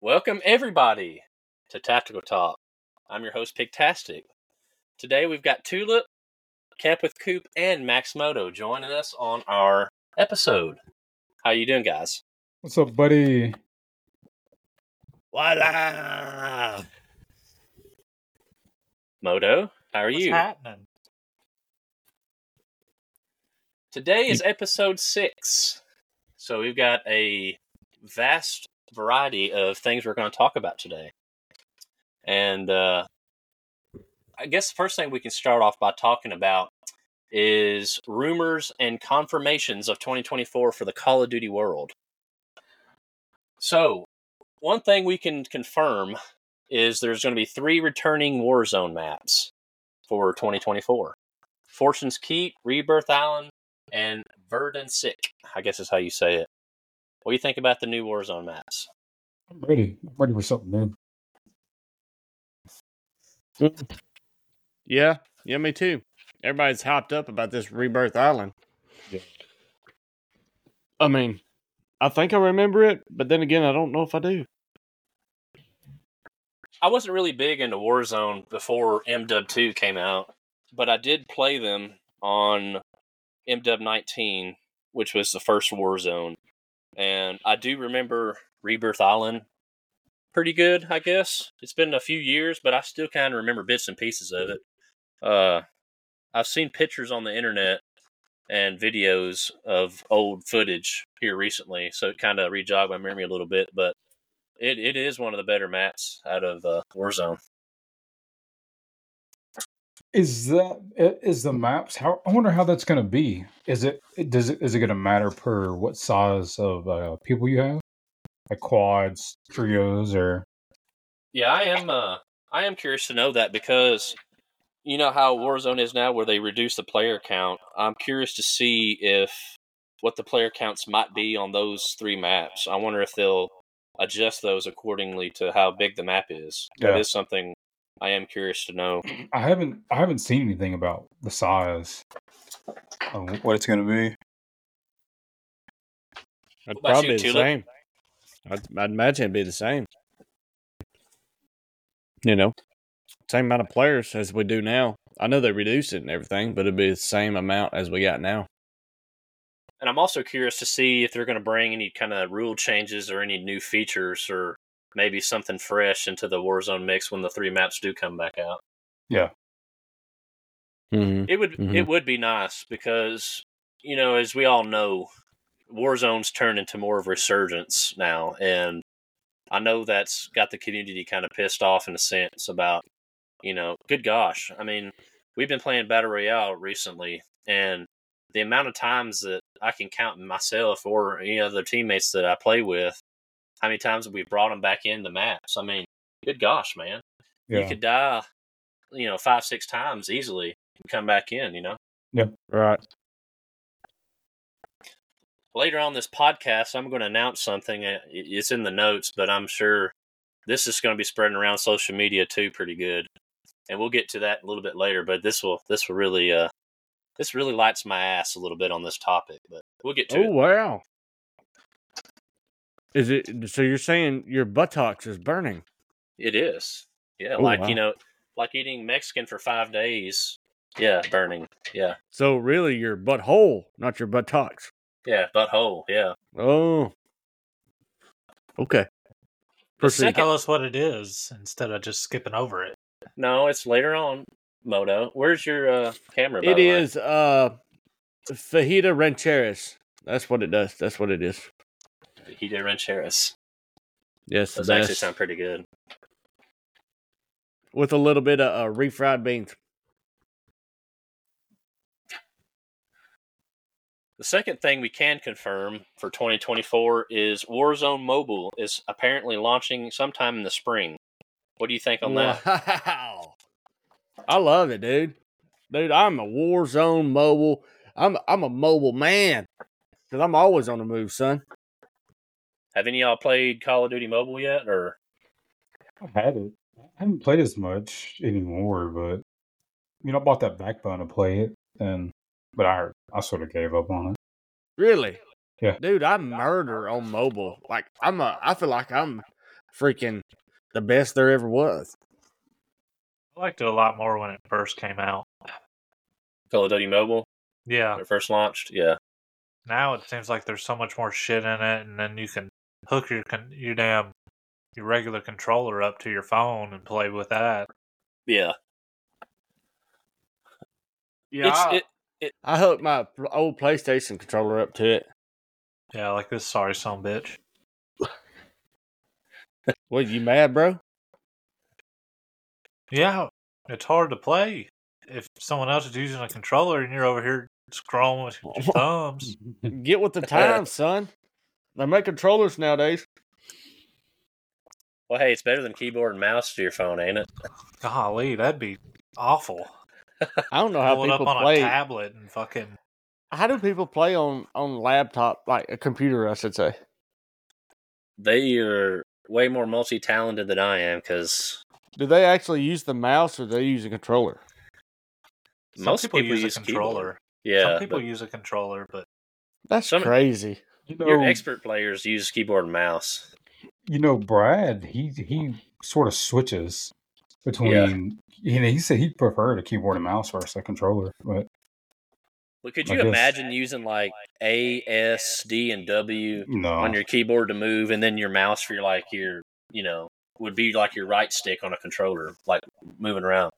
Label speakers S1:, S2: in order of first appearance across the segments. S1: Welcome, everybody, to Tactical Talk. I'm your host, Pigtastic. Today we've got Tulip, Camp with Coop, and Max Moto joining us on our episode. How you doing, guys?
S2: What's up, buddy?
S3: Voila!
S1: Moto, how are
S4: What's
S1: you?
S4: happening?
S1: Today is episode six. So we've got a vast variety of things we're going to talk about today. And uh, I guess the first thing we can start off by talking about is rumors and confirmations of 2024 for the Call of Duty world. So, one thing we can confirm is there's going to be three returning Warzone maps for 2024 Fortune's Keep, Rebirth Island, and Verdant Sick, I guess is how you say it. What do you think about the new Warzone maps?
S2: I'm ready. I'm ready for something new.
S3: Yeah, yeah, me too. Everybody's hopped up about this Rebirth Island.
S2: Yeah.
S3: I mean, I think I remember it, but then again, I don't know if I do.
S1: I wasn't really big into Warzone before MW2 came out, but I did play them on MW19, which was the first Warzone. And I do remember Rebirth Island pretty good, I guess. It's been a few years, but I still kind of remember bits and pieces of it. Uh, I've seen pictures on the internet and videos of old footage here recently, so it kind of rejogged my memory a little bit, but it, it is one of the better maps out of uh, Warzone.
S2: Is that i- is the maps? How I wonder how that's going to be. Is it it- does it is it going to matter per what size of uh, people you have, like quads, trios, or
S1: Yeah, I am. Uh, I am curious to know that because you know how Warzone is now, where they reduce the player count. I'm curious to see if what the player counts might be on those three maps. I wonder if they'll adjust those accordingly to how big the map is. That
S2: Yeah.
S1: is something I am curious to know.
S2: I haven't I haven't seen anything about the size.
S1: Oh,
S2: of
S5: what it's going to be.
S3: I'd
S1: about
S3: probably
S1: you,
S3: be the
S1: Tulip?
S3: same. I'd, I'd imagine it'd be the same. You know, same amount of players as we do now. I know they reduced it and everything, but it'd be the same amount as we got now.
S1: And I'm also curious to see if they're going to bring any kind of rule changes or any new features or maybe something fresh into the Warzone mix when the three maps do come back out.
S3: Mm-hmm.
S1: It would
S3: Mhm.
S1: it would be nice because you know, as we all know, Warzone's turned into more of a resurgence now, and I know that's got the community kind of pissed off in a sense about you know, good gosh, I mean, we've been playing battle royale recently, and the amount of times that I can count myself or any other teammates that I play with, how many times we brought them back in the maps. I mean, good gosh, man you
S2: yeah.
S1: could die, you know, five six times easily and come back in. You know,
S3: Right.
S1: later on this podcast, I'm going to announce something. uh, i- It's in the notes, but I'm sure this is going to be spreading around social media too, pretty good. And we'll get to that a little bit later. But this will this will really uh this really lights my ass a little bit on this topic. But we'll get to
S3: Oh
S1: it.
S3: wow! Is it so? You're saying your buttocks is burning?
S1: It is, yeah,
S3: Oh,
S1: like
S3: wow.
S1: you know, like eating Mexican for five days. Yeah, burning. Yeah,
S3: So really, your butthole, not your buttocks.
S1: yeah, butthole. Yeah.
S3: Oh, okay. Proceed.
S1: second-
S4: Tell us what it is instead of just skipping over it.
S1: No, it's later on. Moto, where's your uh, camera? by
S3: It
S1: the way?
S3: is uh, fajita rancheras. That's what it does. That's what it is.
S1: He did Rancheras.
S3: Yes, the
S1: Those actually
S3: best.
S1: sound pretty good.
S3: with a little bit of uh, refried beans.
S1: The second thing we can confirm for 2024 is Warzone Mobile is apparently launching sometime in the spring. What do you think on that?
S3: Wow. I love it, dude. Dude, I'm a war zone mobile. I'm I'm a mobile man. Cause I'm always on the move, son.
S1: Have any of y'all played Call of Duty Mobile yet? Or
S2: I had it. I haven't played as much anymore, but you know, I bought that backbone to play it, and but I I sort of gave up on it.
S3: Really?
S2: Yeah.
S3: Dude, I murder on mobile. Like I'm a I feel like I'm freaking the best there ever was.
S4: I liked it a lot more when it first came out.
S1: Call of Duty Mobile
S4: Yeah.
S1: when it first launched. Yeah,
S4: Now it seems like there's so much more shit in it, and then you can hook your con- your damn your regular controller up to your phone and play with that.
S1: yeah.
S4: Yeah.
S1: It's, it,
S3: I hooked my old PlayStation controller up to it.
S4: yeah, like this sorry son of a bitch.
S3: What, you mad, bro?
S4: Yeah, it's hard to play if someone else is using a controller and you're over here scrolling with your thumbs.
S3: Get with the times, son. They make controllers nowadays.
S1: well, hey, it's better than keyboard and mouse to your phone, ain't it?
S4: Golly, that'd be awful.
S3: I don't know how
S4: Pull it up
S3: people
S4: on a
S3: play.
S4: tablet and fucking.
S3: How do people play on on laptop, like a computer? I should say.
S1: They are way more multi-talented than I am because
S3: Do they actually use the mouse or do they use a controller?
S4: Some
S1: Most
S4: people,
S1: people
S4: use,
S1: use
S4: a
S1: keyboard.
S4: controller.
S1: yeah,
S4: Some people
S1: but
S4: use a controller, but
S3: That's
S1: Some-
S3: crazy.
S2: You
S1: your
S2: know,
S1: expert players use keyboard and mouse.
S2: you know, Brad, he he sort of switches between. You know, he said he preferred a keyboard and mouse versus a controller, but
S1: Well, could
S2: I
S1: you
S2: guess.
S1: imagine using like A, S, D, and W
S2: no,
S1: on your keyboard to move, and then your mouse for your like your you know would be like your right stick on a controller, like moving around.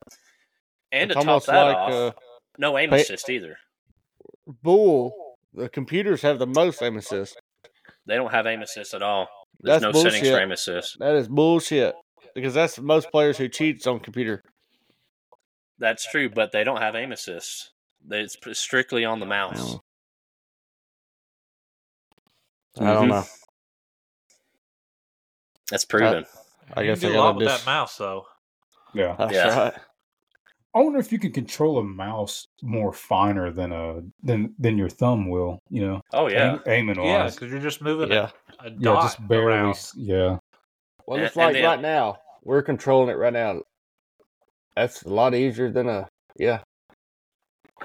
S1: And
S3: it's
S1: to top
S3: almost
S1: that
S3: like
S1: off,
S3: uh,
S1: no aim
S3: pay-
S1: assist either.
S3: bull. The computers have the most aim assist.
S1: They don't have aim assist at all. There's no
S3: That's
S1: settings for
S3: bullshit.
S1: aim assist.
S3: That is bullshit. Because that's the most players who cheats on computer.
S1: That's true, but they don't have aim assist. It's p- strictly on the mouse.
S3: I don't
S1: Mhm.
S3: know.
S1: That's proven.
S3: I
S4: you
S3: guess
S4: can
S3: I
S4: do a lot
S3: gotta
S4: with
S3: just.
S4: that mouse though.
S2: yeah.
S3: That's
S1: Yeah.
S3: right.
S2: I wonder if you can control a mouse more finer than a than than your thumb will. You know,
S1: oh yeah,
S2: aim, aiming
S4: Yeah,
S2: wise.
S4: because you're just moving
S3: Yeah.
S4: a, a
S2: Yeah,
S4: dot
S2: just barely.
S4: around.
S2: s- Yeah,
S3: Well, it's
S1: And- and
S3: like
S1: they-
S3: right now we're controlling it right now. That's a lot easier than a yeah.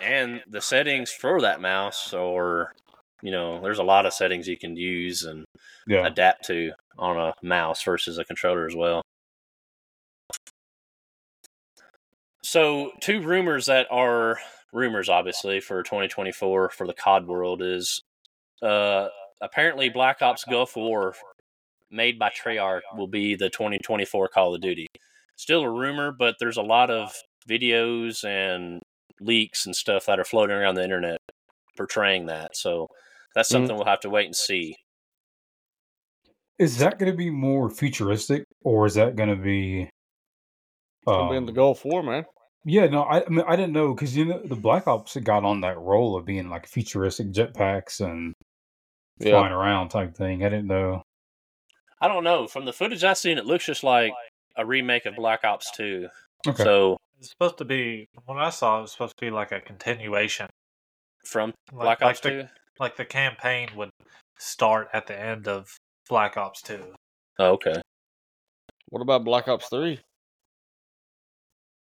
S1: and the settings for that mouse, or you know, there's a lot of settings you can use and
S2: yeah.
S1: adapt to on a mouse versus a controller as well. So, two rumors that are rumors, obviously, for 2024 for the COD world is uh, apparently Black Ops Gulf War, made by Treyarch, will be the 2024 Call of Duty. Still a rumor, but there's a lot of videos and leaks and stuff that are floating around the internet portraying that. So, that's
S3: Mhm.
S1: something we'll have to wait and see.
S2: Is that going to be more futuristic, or is that going to be?
S3: Gonna be in
S2: um,
S3: the Gulf War, man.
S2: Yeah, no, I, I mean I didn't know because you know the Black Ops had got on that role of being like futuristic jetpacks and
S3: Yeah.
S2: flying around type thing. I didn't know.
S1: I don't know. From the footage I've seen, it looks just like a remake of Black Ops 2.
S2: Okay,
S1: So
S4: It's supposed to be from what I saw. It was supposed to be like a continuation,
S1: from
S4: like,
S1: Black
S4: like
S1: Ops
S4: the
S1: 2.
S4: like the campaign would start at the end of Black Ops Two,
S1: Oh, okay.
S3: What about Black Ops Three?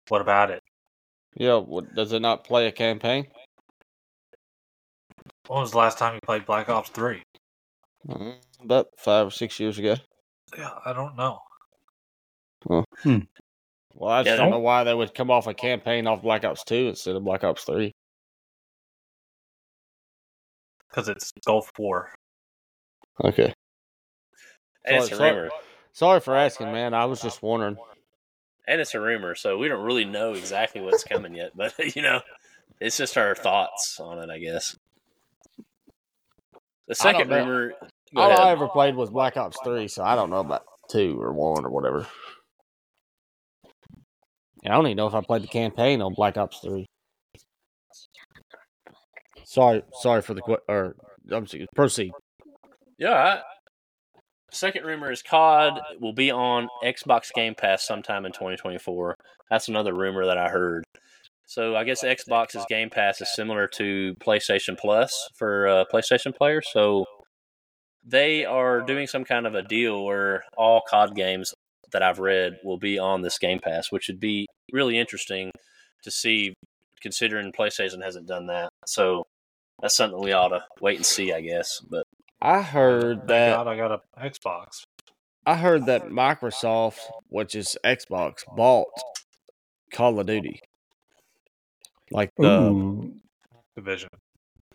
S4: what about it?
S3: Yeah. What, does it not play a campaign?
S4: When was the last time you played Black Ops Three?
S3: Mm, About five or six years ago.
S4: Yeah, I don't know.
S3: Well, I just
S1: Yeah,
S3: don't
S1: that-
S3: know why they would come off a campaign off Black Ops Two instead of Black Ops Three.
S4: Because it's Gulf War.
S3: Okay.
S1: And it's a
S3: Sorry,
S1: rumor.
S3: Sorry for asking, man. I was just wondering.
S1: And it's a rumor. So we don't really know exactly what's coming yet. But, you know, it's just our thoughts on it, I guess. The
S3: I don't
S1: second
S3: know.
S1: rumor. Go
S3: All I
S1: ahead.
S3: ever played was Black Ops Three, so I don't know about two or one or whatever. And I don't even know if I played the campaign on Black Ops Three. Sorry, sorry for the que- or I'm sorry, proceed.
S1: Yeah. I, second rumor is COD will be on Xbox Game Pass sometime in 2024. That's another rumor that I heard. So I guess Xbox's Game Pass is similar to PlayStation Plus for uh, PlayStation players. So they are doing some kind of a deal where all COD games that I've read will be on this Game Pass, which would be really interesting to see, considering PlayStation hasn't done that. So that's something we ought to wait and see, I guess. But
S3: I
S4: Thank
S1: Uh,
S3: heard that
S4: God I got an Xbox.
S3: I heard that Microsoft, which is Xbox, bought Call of Duty. Like the
S2: Ooh,
S4: Division.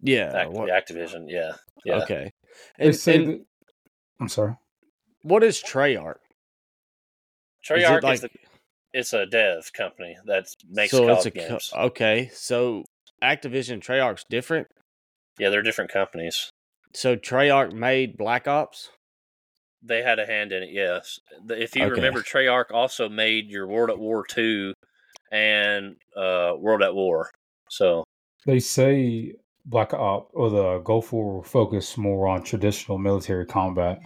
S3: yeah,
S1: Act-
S3: Uh, what-
S1: Activision, yeah. yeah.
S3: okay.
S2: they
S3: And,
S2: say
S3: and
S2: that- I'm sorry.
S3: what is Treyarch? Is it
S1: Treyarch is,
S3: like-
S1: the, it's a dev company that makes
S3: so
S1: COD
S3: it's a co- uh,
S1: games.
S3: okay. So Activision Treyarch's different.
S1: yeah, they're different companies.
S3: So Treyarch made Black Ops.
S1: They had a hand in it, yes. The- If you
S3: Okay.
S1: remember, Treyarch also made your World at War Two and uh, World at War. So
S2: They say Black Ops or the Gulf War will focus more on traditional military combat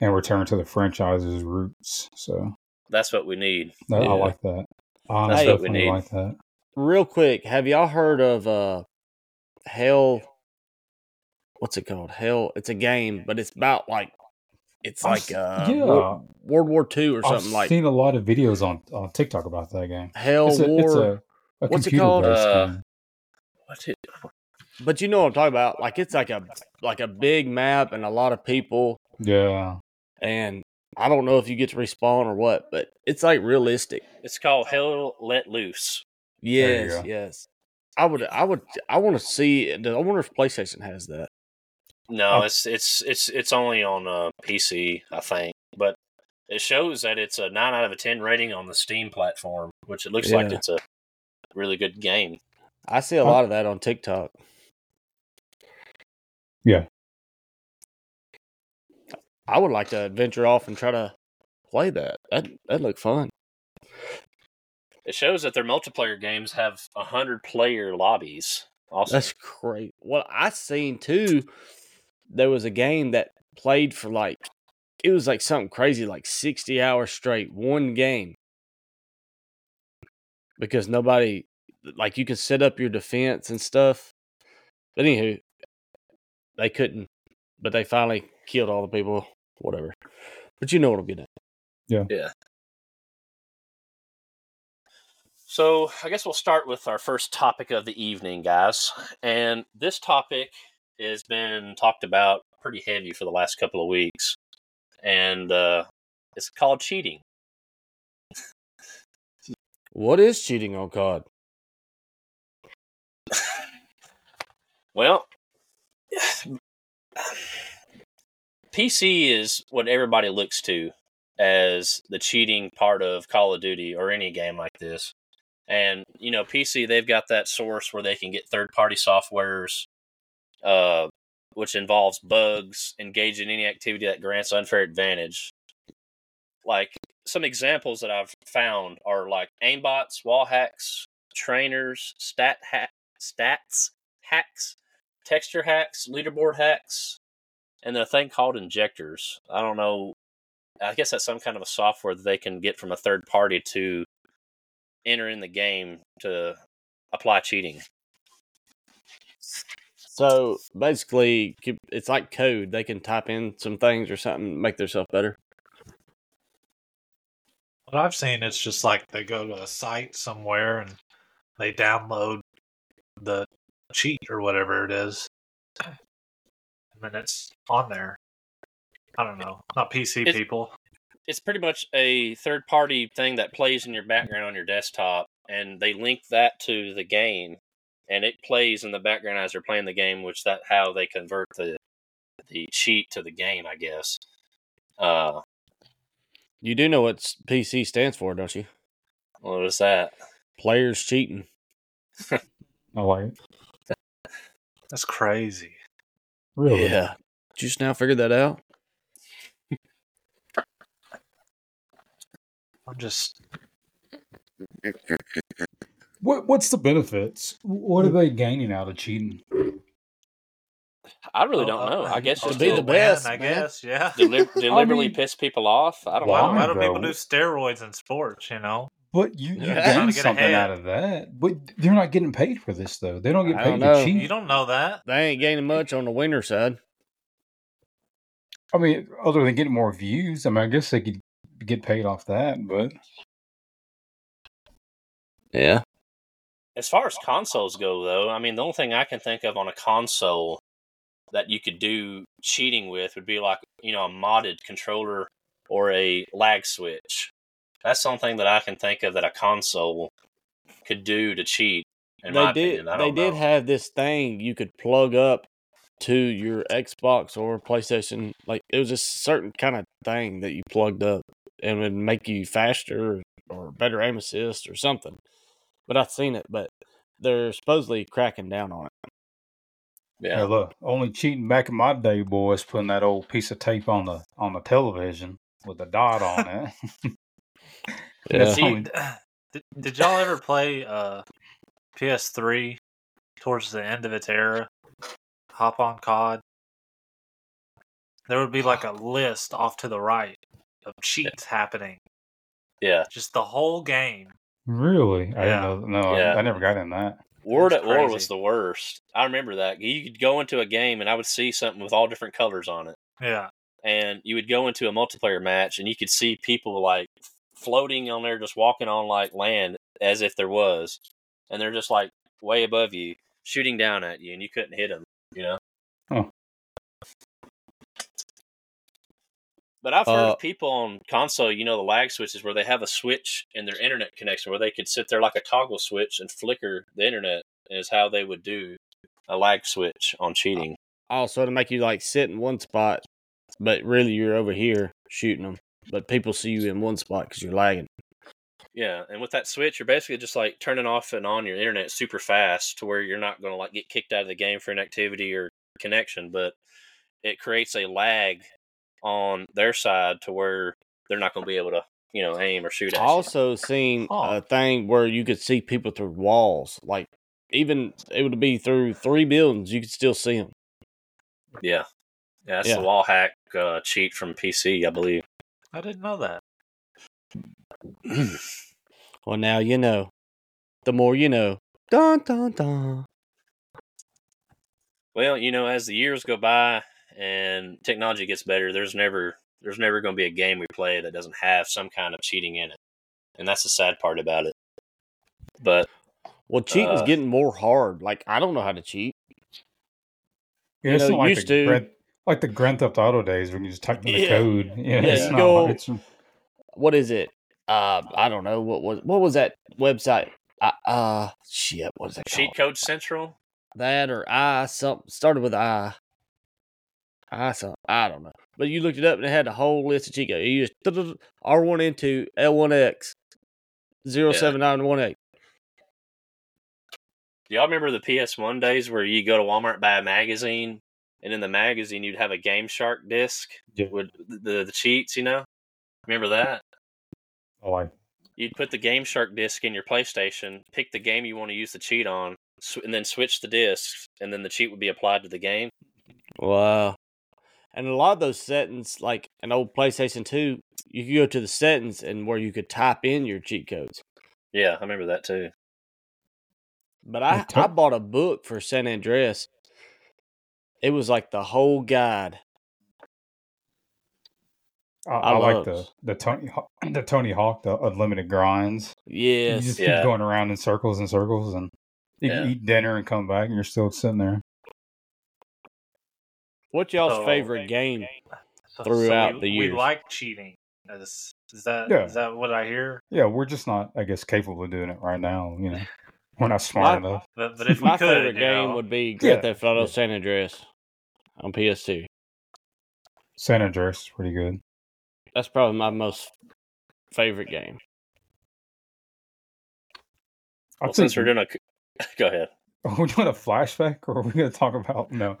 S2: and return to the franchise's roots. So
S1: that's what we need.
S2: that,
S3: Yeah.
S2: I like that. I
S1: That's
S3: what we
S2: definitely
S1: need.
S2: like that.
S3: Real quick, have y'all heard of uh Hell? What's it called? Hell. It's a game, but it's about like it's
S2: I've
S3: like
S2: s-
S3: uh
S2: yeah.
S3: Wor- World War Two or
S2: I've
S3: something like
S2: seen a lot of videos on, on TikTok about that game.
S3: Hell
S2: It's a,
S3: War.
S2: it's a, a
S3: what's it
S2: computer
S3: called?
S2: based
S1: Uh,
S2: game.
S1: What's it?
S3: But you know what I'm talking about? Like it's like a like a big map and a lot of people
S2: Yeah.
S3: and I don't know if you get to respawn or what, but it's like realistic.
S1: It's called Hell Let Loose.
S2: you
S3: Yes,
S2: go.
S3: yes. I would I would I want to see I wonder if PlayStation has that.
S1: No,
S2: Oh.
S1: it's it's it's it's only on uh, PC, I think. But it shows that it's a nine out of a ten rating on the Steam platform, which it looks like
S3: Yeah.
S1: it's a really good game.
S3: I see a
S2: Oh.
S3: lot of that on TikTok.
S2: Yeah.
S3: I would like to venture off and try to play that. That that look fun.
S1: It shows that their multiplayer games have hundred player lobbies. Also,
S3: That's great. Well, I seen too. There was a game that played for like it was like something crazy, like sixty hours straight, one game. Because nobody, like, you can set up your defense and stuff. But anywho, they couldn't. But they finally killed all the people. Whatever. But you know what I'm getting at.
S1: So I guess we'll start with our first topic of the evening, guys. And this topic has been talked about pretty heavy for the last couple of weeks, and uh, it's called cheating.
S3: What is cheating on COD?
S1: Well, PC is what everybody looks to as the cheating part of Call of Duty or any game like this. And, you know, PC, they've got that source where they can get third party softwares, uh, which involves bugs, engage in any activity that grants unfair advantage. Like, some examples that I've found are like aimbots, wall hacks, trainers, stat ha- stats hacks, texture hacks, leaderboard hacks, and then a thing called injectors. I don't know. I guess that's some kind of a software that they can get from a third party to enter in the game to apply cheating.
S3: So basically, c- it's like code. They can type in some things or something, make themselves better.
S4: What I've seen, it's just like they go to a site somewhere and they download the cheat or whatever it is, and then it's on there. I don't know. Not PC
S1: It's-
S4: people.
S1: It's pretty much a third party thing that plays in your background on your desktop, and they link that to the game, and it plays in the background as they're playing the game, which that how they convert the the cheat to the game, I guess. Uh,
S3: You do know what s- PC stands for, don't you?
S1: what was that?
S3: Players cheating.
S2: I like it.
S4: That's crazy.
S2: Really?
S3: Yeah. Just now figured that out.
S4: I'm just
S2: What What's the benefits? What are they gaining out of cheating?
S1: I really
S4: Oh,
S1: don't
S4: uh,
S1: know. I guess
S4: oh,
S1: just
S3: be
S1: to
S4: to
S3: the best,
S4: win, I
S3: man.
S4: guess. Yeah.
S1: deli- deliberately
S2: mean,
S1: piss people off. I don't
S4: Why,
S1: know.
S4: why do people
S2: though?
S4: do steroids in sports? You know,
S2: But you, you
S3: Yeah.
S4: Trying
S2: gain
S4: to get
S2: something
S4: ahead.
S2: out of that. But they're not getting paid for this though. They don't get
S3: I
S2: paid
S3: don't know.
S2: to cheat.
S4: you don't know that.
S3: They ain't gaining much on the winner side.
S2: I mean, other than getting more views, I mean, I guess they could get paid off that. But
S3: Yeah.
S1: As far as consoles go, though, I mean, the only thing I can think of on a console that you could do cheating with would be like you know a modded controller or a lag switch. That's something that I can think of that a console could do to cheat. In
S3: they
S1: my
S3: did.
S1: opinion, I
S3: they
S1: don't
S3: did
S1: know.
S3: have this thing you could plug up to your Xbox or PlayStation. Like it was a certain kind of thing that you plugged up and would make you faster or better aim assist or something. But I've seen it. But they're supposedly cracking down on it.
S1: yeah.
S2: Hey, look, only cheating back in my day, boys, putting that old piece of tape on the on the television with a dot on it.
S3: Yeah.
S2: That's
S4: See,
S2: only-
S4: did, did y'all ever play uh, PS3 towards the end of its era? Hop on COD. There would be like a list off to the right of cheats happening.
S1: Yeah.
S4: Just the whole game.
S2: really? I
S4: Yeah.
S2: didn't know. No,
S1: Yeah.
S2: I, I never got in that.
S1: Word
S4: That's
S1: at War was
S4: crazy.
S1: the worst. I remember that. You could go into a game and I would see something with all different colors on it.
S4: Yeah.
S1: And you would go into a multiplayer match and you could see people like floating on there, just walking on like land as if there was. And they're just like way above you, shooting down at you, and you couldn't hit them, you know?
S2: Huh.
S1: But I've heard
S3: Uh,
S1: of people on console, you know, the lag switches where they have a switch in their internet connection where they could sit there like a toggle switch and flicker the internet is how they would do a lag switch on cheating.
S3: Also to make you like sit in one spot, but really you're over here shooting them. But people see you in one spot because you're lagging.
S1: Yeah, and with that switch, you're basically just like turning off and on your internet super fast to where you're not going to like get kicked out of the game for inactivity or connection, but it creates a lag on their side to where they're not going to be able to, you know, aim or shoot at you.
S3: also seen
S4: Huh.
S3: a thing where you could see people through walls. Like even it would be through three buildings, you could still see them.
S1: Yeah. Yeah, that's
S3: Yeah.
S1: the wall hack uh, cheat from PC, I believe.
S4: I didn't know that.
S3: Well, now you know. The more you know. Dun dun dun.
S1: Well, you know, as the years go by and technology gets better, there's never there's never going to be a game we play that doesn't have some kind of cheating in it, and that's the sad part about it. But
S3: Well, cheating's
S1: Uh.
S3: getting more hard. Like I don't know how to cheat.
S2: Yeah,
S3: You
S2: it's
S3: know,
S2: not like the
S3: used to-
S2: Grand, like the Grand Theft Auto days when you just type in the
S3: Yeah.
S2: code. Yeah,
S1: Yeah,
S2: it's
S1: you
S2: not
S3: go-
S2: it's,
S3: What is it? Uh, I don't know what was what was that website? I, uh, shit, what is that
S1: cheat
S3: called?
S1: code central,
S3: That or I something started with I. I something I don't know. But you looked it up and it had a whole list of cheat codes. You just R one into L one X zero seven nine one eight.
S1: do y'all remember the PS1 days where you go to Walmart buy a magazine, and in the magazine you'd have a Game Shark disc
S2: Yeah.
S1: with the the cheats, you know? Remember that?
S2: like
S1: you'd put the Game Shark disc in your PlayStation, pick the game you want to use the cheat on, sw- and then switch the discs, and then the cheat would be applied to the game.
S3: Wow. And a lot of those settings, like an old PlayStation 2, you could go to the settings and where you could type in your cheat codes.
S1: Yeah, I remember that too.
S3: But I,
S2: I to-
S3: I bought a book for San Andreas. It was like the whole guide.
S2: I,
S3: I
S2: I like
S3: love-
S2: the the Tony Haw- the Tony Hawk the unlimited grinds.
S3: Yes.
S2: you just
S1: Yeah.
S2: keep going around in circles and circles, and you can
S1: Yeah.
S2: eat dinner and come back, and you're still sitting there.
S3: What's y'all's
S4: Oh,
S3: favorite
S4: okay.
S3: game?
S4: So- so
S3: Throughout
S4: we,
S3: the
S4: we
S3: years.
S4: like cheating. Is, is that
S2: Yeah.
S4: is that what I hear?
S2: Yeah, we're just not, I guess, capable of doing it right now. You know, we're not smart
S3: My-
S2: enough.
S4: But, but if we
S3: My
S4: could,
S3: favorite
S4: you
S3: game
S4: know,
S3: would be Grand
S2: Yeah.
S3: Theft Auto
S2: Yeah.
S3: San Andreas on PS2.
S2: San Andreas is pretty good.
S3: That's probably my most favorite game.
S2: I
S1: Well,
S2: think-
S1: since we're doing a, c- go ahead.
S2: are we doing a flashback or are we going to talk about no?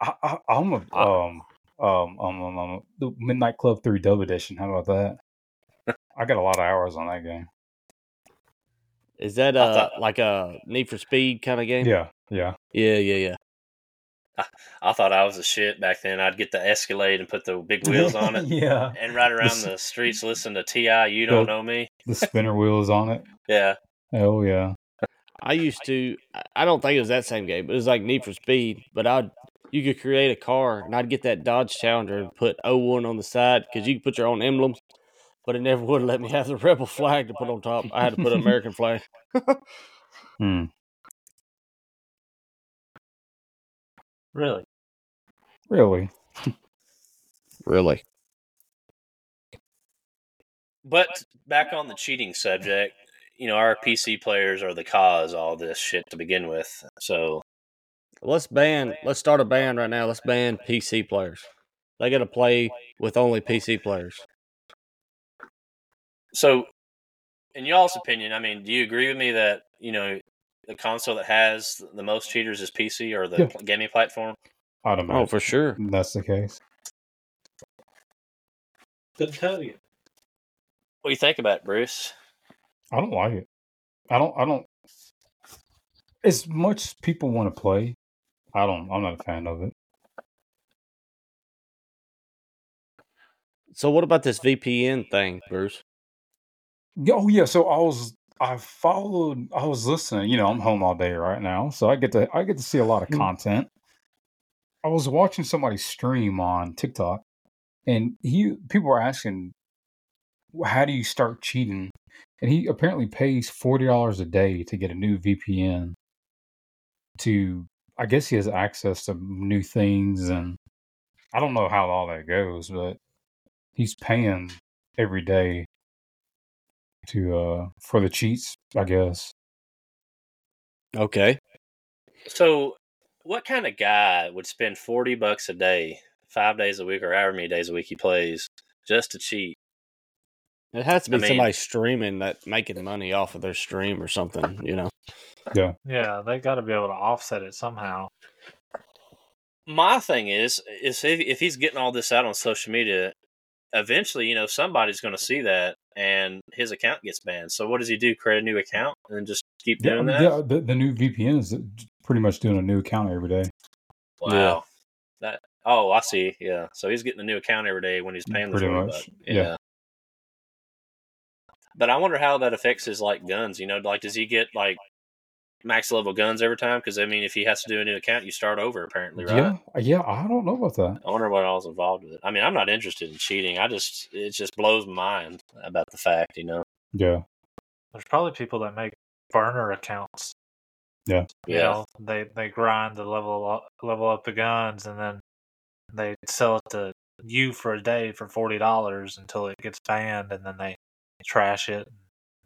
S2: I, I, I'm a
S3: I-
S2: um um um, um, um, the Midnight Club Three Dub Edition. How about that? I got a lot of hours on that game.
S3: Is that
S1: I
S3: uh
S1: thought-
S3: like a Need for Speed kind of game?
S2: Yeah, yeah.
S3: Yeah, yeah, yeah.
S1: I thought I was a shit back then. I'd get the Escalade and put the big wheels on it
S2: yeah,
S1: and ride around
S2: s-
S1: the streets, listen to Ti. You don't
S2: the-
S1: know me.
S2: the spinner wheels on it.
S1: Yeah,
S2: Oh yeah,
S3: I used to. I- I don't think it was that same game, but it was like Need for Speed. But I'd you could create a car, and I'd get that Dodge Challenger and put 01 on the side because you could put your own emblems. But it never would let me have the rebel flag to put on top. I had to put an American flag.
S2: Hmm.
S4: really.
S2: really?
S3: Really?
S1: But back on the cheating subject, you know, our PC players are the cause of all this shit to begin with. So
S3: Let's ban. Let's start a ban right now. Let's ban PC players. They got to play with only PC players.
S1: so in y'all's opinion, I mean, do you agree with me that, you know, the console that has the most cheaters is PC or the
S2: Yeah.
S1: pl- gaming platform?
S2: I don't know.
S3: Oh, for sure.
S2: That's the case.
S4: Couldn't tell you.
S1: What do you think about it, Bruce?
S2: I don't like it. I don't. I don't. As much as people want to play, I don't. I'm not a fan of it.
S3: So what about this VPN thing, Bruce?
S2: Yeah, Oh yeah, so I was I followed I was listening, you know, I'm home all day right now, so I get to I get to see a lot of
S3: Mm.
S2: content. I was watching somebody stream on TikTok and he people were asking "Wh- how do you start cheating? And he apparently pays $40 a day to get a new VPN to I guess he has access to new things and I don't know how all that goes, but he's paying every day to uh for the cheats, I guess.
S3: Okay.
S1: So, what kind of guy would spend 40 bucks a day, five days a week, or however many days a week he plays, just to cheat?
S3: It has to be
S1: I mean-
S3: somebody streaming that making money off of their stream or something, you know.
S4: Yeah, they got to be able to offset it somehow.
S1: My thing is, is if, if he's getting all this out on social media, eventually, you know, somebody's going to see that and his account gets banned. So, what does he do? Create a new account and then just keep
S2: Yeah, I
S1: doing
S2: mean,
S1: that?
S2: yeah the, the new VPN is pretty much doing a new account every day.
S1: Wow. That, oh, I see. Yeah. So he's getting a new account every day when he's paying the
S2: Mm, Pretty
S1: 40
S2: much,
S1: bucks.
S2: yeah.
S1: But I wonder how that affects his like guns. You know, like does he get like max level guns every time? Because I mean, if he has to do a new account, you start over apparently, right?
S2: Yeah, uh, yeah, I don't know about that.
S1: I wonder what all's involved with it. I mean, I'm not interested in cheating. I just it just blows my mind about the fact, you know.
S2: Yeah,
S4: There's probably people that make burner accounts. You
S1: Yeah.
S4: know, they they grind to level up, level up the guns, and then they sell it to you for a day for forty dollars until it gets banned, and then they trash it and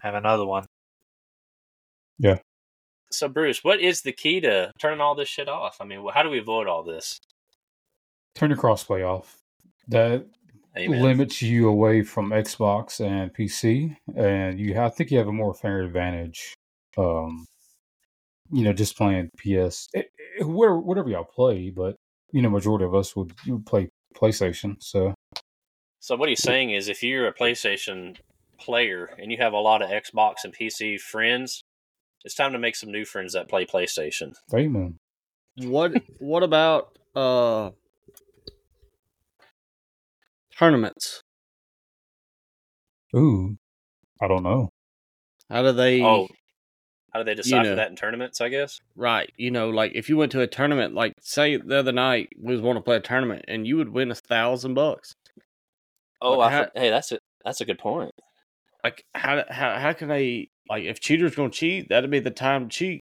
S4: have another one.
S1: So Bruce, what is the key to turning all this shit off? I mean, wh- how do we avoid all this?
S2: turn your crossplay off. That
S1: Amen.
S2: limits you away from Xbox and PC, and you. I think you have a more fair advantage. Um, you know, just playing PS, it, it, whatever, eh, whatever y'all play, but you know, majority of us would you would play PlayStation. So
S1: So what he's saying is, if you're a PlayStation player and you have a lot of Xbox and PC friends, it's time to make some new friends that play PlayStation.
S2: amen.
S3: What what about uh tournaments?
S2: Ooh, I don't know.
S3: How do they
S1: Oh, how do they decipher
S3: know.
S1: that in tournaments? I guess.
S3: Right. You know, like if you went to a tournament, like say the other night we was want to play a tournament and you would win a thousand bucks.
S1: Oh,
S3: But
S1: I
S3: how-
S1: for- hey, that's it. That's a good point.
S3: Like how how how can they like if cheaters gonna cheat, that'd be the time to cheat.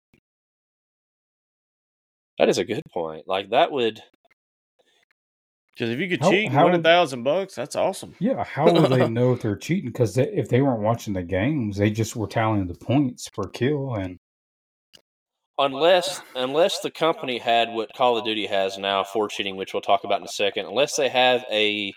S1: That is a good point. Like that would
S3: Because if you could
S2: How-
S3: cheat and
S2: how
S3: win a
S2: would-
S3: thousand bucks, that's awesome.
S2: Yeah, how will they know if they're cheating? Because they, if they weren't watching the games, they just were tallying the points per kill. And
S1: unless unless the company had what Call of Duty has now for cheating, which we'll talk about in a second. Unless they have a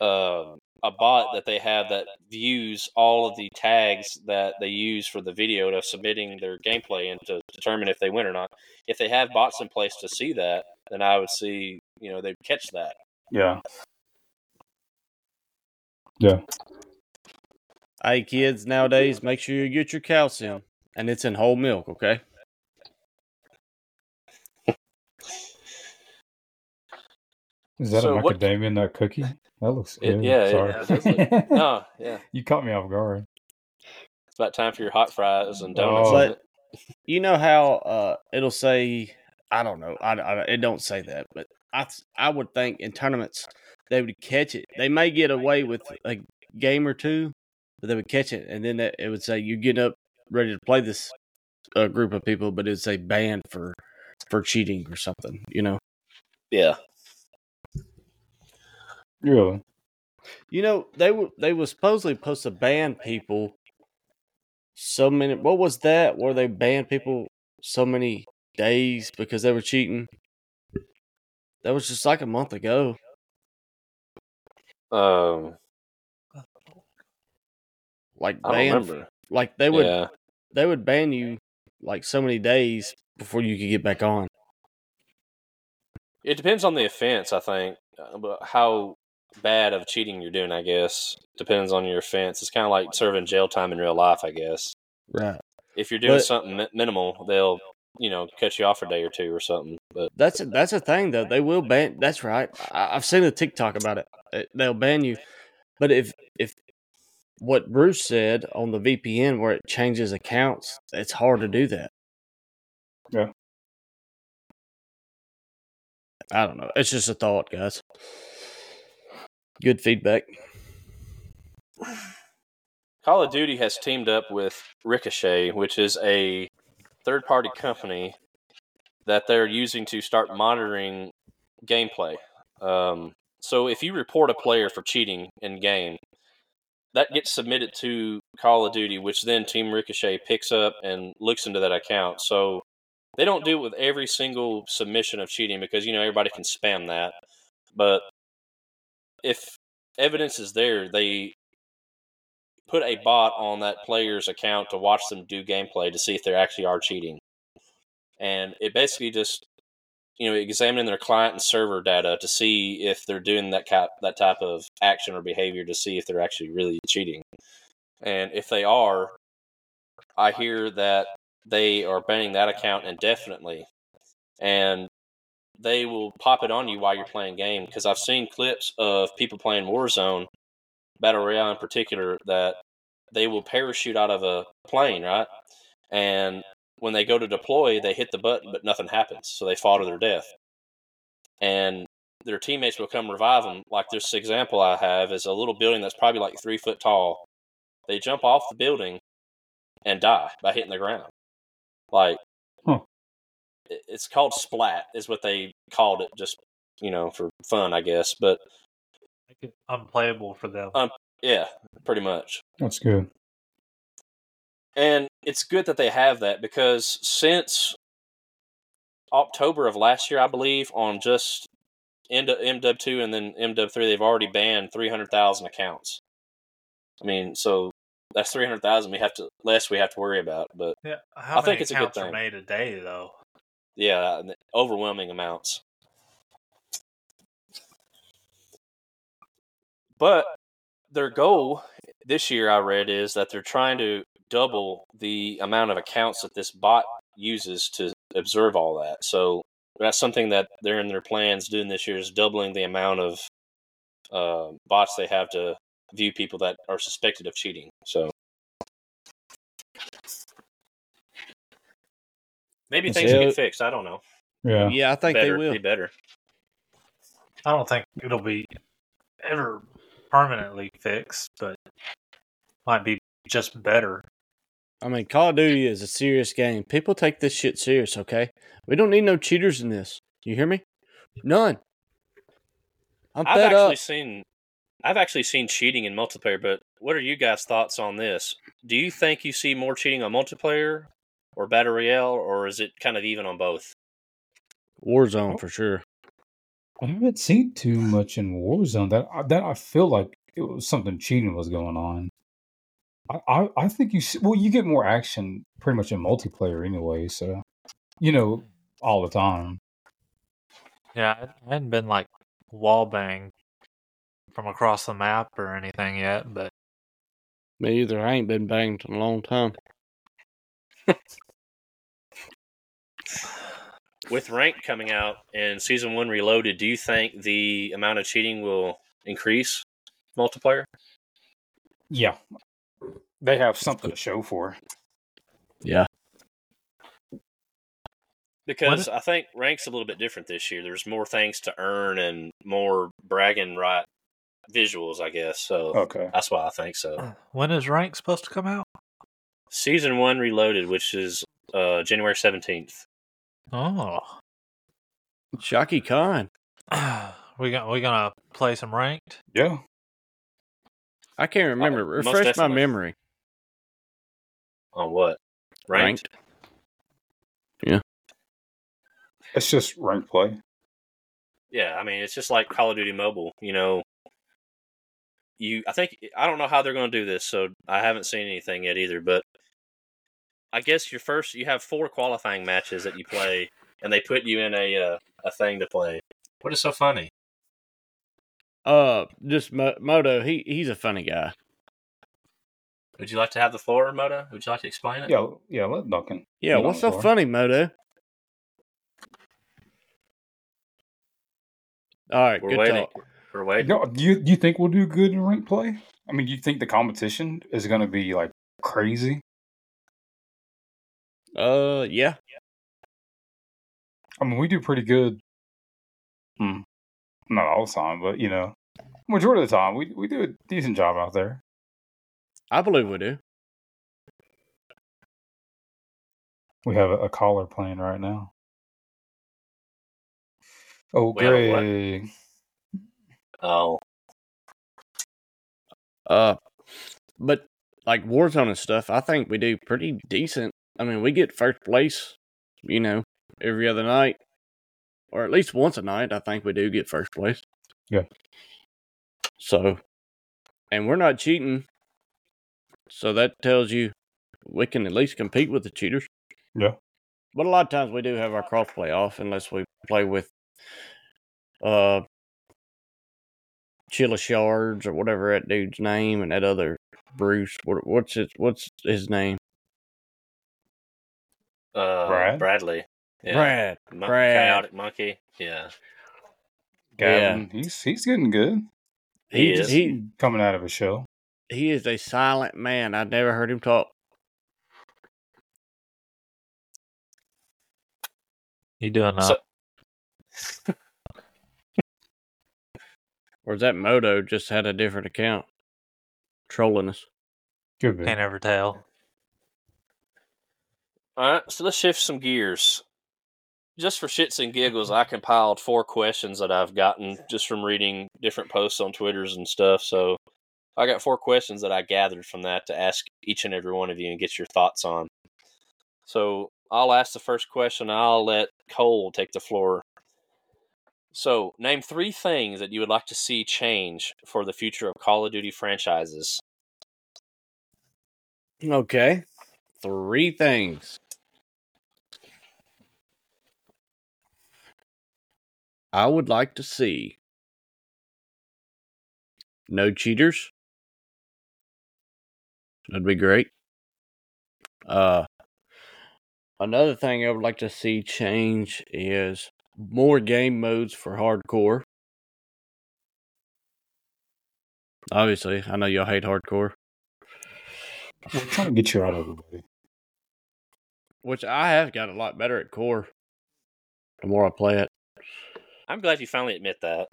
S1: uh, a bot that they have that views all of the tags that they use for the video to submitting their gameplay and to determine if they win or not. If they have bots in place to see that, then I would see you know they'd catch that.
S2: yeah,
S3: Hey kids, nowadays make sure you get your calcium and it's in whole milk, okay?
S2: is that
S1: So
S2: a
S1: what-
S2: macadamia nut cookie? That looks
S1: It-
S2: good.
S1: yeah, it-
S2: Sorry.
S1: yeah, it does
S3: Hmm.
S1: look- No, yeah,
S2: you caught me off guard.
S1: it's about time for your hot fries and donuts.
S2: Oh.
S1: isn't it?
S3: You know how uh it'll say I don't know, I, I it don't say that, but I th- I would think in tournaments they would catch it. They may get away with a game or two, but they would catch it, and then it it would say you get up ready to play this uh, group of people, but it'd say banned for for cheating or something. You know,
S1: yeah.
S2: Really?
S3: You know, they were they were supposedly supposed to ban people so many what was that where they banned people so many days because they were cheating? That was just like a month ago.
S1: Um,
S3: Like
S1: I don't
S3: banned
S1: remember.
S3: like they would
S1: yeah,
S3: they would ban you like so many days before you could get back on.
S1: it depends on the offense, I think, uh, but how bad of cheating you're doing, I guess, depends on your offense. It's kind of like serving jail time in real life, I guess.
S3: Right.
S1: If you're doing
S3: But-
S1: something mi- minimal, they'll you know cut you off a day or two or something. But
S3: That's a, that's a thing though. They will ban. That's right. I, I've seen a TikTok about it. Uh, They'll ban you. But if if what Bruce said on the VPN where it changes accounts, it's hard to do that.
S2: Yeah.
S3: I don't know. It's just a thought, guys. Good feedback.
S1: Call of Duty has teamed up with Ricochet, which is a third party company that they're using to start monitoring gameplay. Um, so if you report a player for cheating in game, that gets submitted to Call of Duty, which then Team Ricochet picks up and looks into that account. So they don't do it with every single submission of cheating because, you know, everybody can spam that. But if evidence is there, they put a bot on that player's account to watch them do gameplay to see if they actually are cheating. And it basically just, you know, examining their client and server data to see if they're doing that ki- that type of action or behavior to see if they're actually really cheating. And if they are, I hear that they are banning that account indefinitely. And they will pop it on you while you're playing game because I've seen clips of people playing Warzone battle royale in particular that they will parachute out of a plane, right? And when they go to deploy, they hit the button, but nothing happens, so they fall to their death. And their teammates will come revive them. Like this example I have is a little building that's probably like three foot tall. They jump off the building and die by hitting the ground. Like,
S2: Huh.
S1: it- it's called splat, is what they called it, just you know, for fun, I guess. But
S4: Make it unplayable for them.
S1: Um, yeah, pretty much.
S2: That's good.
S1: And it's good that they have that because since October of last year, I believe, on just MW2 and then MW3, they've already banned 300,000 accounts. I mean, so that's 300,000 we have to less we have to worry about, but
S4: yeah,
S1: I
S4: how many
S1: think it's a good
S4: accounts
S1: thing.
S4: are made a day though?
S1: yeah, overwhelming amounts. But their goal this year, I read, is that they're trying to double the amount of accounts that this bot uses to observe all that. So that's something that they're in their plans doing this year is doubling the amount of uh, bots they have to view people that are suspected of cheating. So maybe
S3: That's
S1: things will
S3: it.
S1: get fixed. I don't know.
S2: Yeah.
S3: Yeah, I think
S1: better,
S3: they will.
S1: Be better.
S4: I don't think it'll be ever permanently fixed, but might be just better.
S3: I mean, Call of Duty is a serious game. People take this shit serious, okay? We don't need no cheaters in this. You hear me? None. I'm
S1: I've
S3: fed
S1: actually
S3: up.
S1: seen I've actually seen cheating in multiplayer, but what are you guys' thoughts on this? Do you think you see more cheating on multiplayer or battle royale, or is it kind of even on both?
S3: Warzone for sure.
S2: I haven't seen too much in Warzone that I, that I feel like it was something cheating was going on. I, I, I think you s- well you get more action pretty much in multiplayer anyway, so you know all the time.
S4: Yeah, it hadn't been like wall bang from across the map or anything yet, but
S3: Me either. I ain't been banged in a long time.
S1: With rank coming out and season one reloaded, do you think the amount of cheating will increase multiplayer?
S2: Yeah, they have something to show for.
S3: Yeah.
S1: Because
S4: What
S1: I think rank's a little bit different this year. There's more things to earn and more bragging right visuals, I guess. So
S2: Okay,
S1: that's why I think so.
S4: when is rank supposed to come out?
S1: Season one reloaded, which is uh, January seventeenth.
S4: Oh,
S3: Shocky Khan.
S4: we got we gonna play some ranked.
S2: yeah,
S3: I can't remember.
S1: most
S3: Refresh my
S1: definitely.
S3: memory.
S1: On what? Ranked?
S2: It's just rank play.
S1: Yeah, I mean it's just like Call of Duty Mobile. You know, you I think I don't know how they're going to do this, so I haven't seen anything yet either. But I guess your first you have four qualifying matches that you play, and they put you in a uh, a thing to play. What is so funny?
S3: Uh, just Mo- Moto. He he's a funny guy.
S1: Would you like to have the floor, Moto? Would you like to explain it?
S2: Yeah, yeah, let Duncan.
S3: Yeah,
S2: You
S3: what's
S2: don't
S3: so
S2: know.
S3: funny, Moto? All right,
S1: We're
S3: good
S1: waiting.
S3: talk.
S1: We're waiting.
S2: No, do you do you think we'll do good in rank play? I mean, you think the competition is going to be like crazy?
S3: Uh, yeah,
S2: I mean, we do pretty good. Hmm. Not all the time, but you know, majority of the time, we we do a decent job out there.
S3: I believe we do.
S2: We have a, a caller playing right now. Oh,
S1: We have a what?
S2: Greg.
S1: Oh,
S3: Uh, but like Warzone and stuff, I think we do pretty decent. I mean, we get first place, you know, every other night, or at least once a night. I think we do get first place.
S2: Yeah.
S3: So, and we're not cheating, so that tells you we can at least compete with the cheaters.
S2: Yeah.
S3: But a lot of times we do have our crossplay off unless we play with uh Chilla Shards or whatever that dude's name and that other Bruce. What, what's his what's his name?
S1: uh,
S2: Brad?
S1: Bradley. Yeah.
S3: Brad.
S1: Mon-
S3: Brad.
S1: Chaotic monkey. Yeah.
S2: Gavin, he's he's getting good.
S1: He
S3: He
S1: is.
S3: he
S2: coming out of his shell.
S3: he is a silent man. I've never heard him talk.
S4: You doing uh,
S1: So-
S3: Or is that Moto just had a different account trolling us?
S2: Good.
S4: can't ever tell.
S1: All right, so let's shift some gears. Just for shits and giggles, I compiled four questions that I've gotten just from reading different posts on Twitters and stuff. So I got four questions that I gathered from that to ask each and every one of you and get your thoughts on. So I'll ask the first question. I'll let Cole take the floor. So, name three things that you would like to see change for the future of Call of Duty franchises.
S3: Okay. Three things. I would like to see no cheaters. That'd be great. Uh another thing I would like to see change is more game modes for hardcore. Obviously, I know y'all hate hardcore.
S2: We're trying to get you out of the way.
S3: which I have got a lot better at core. The more I play it,
S1: I'm glad you finally admit that.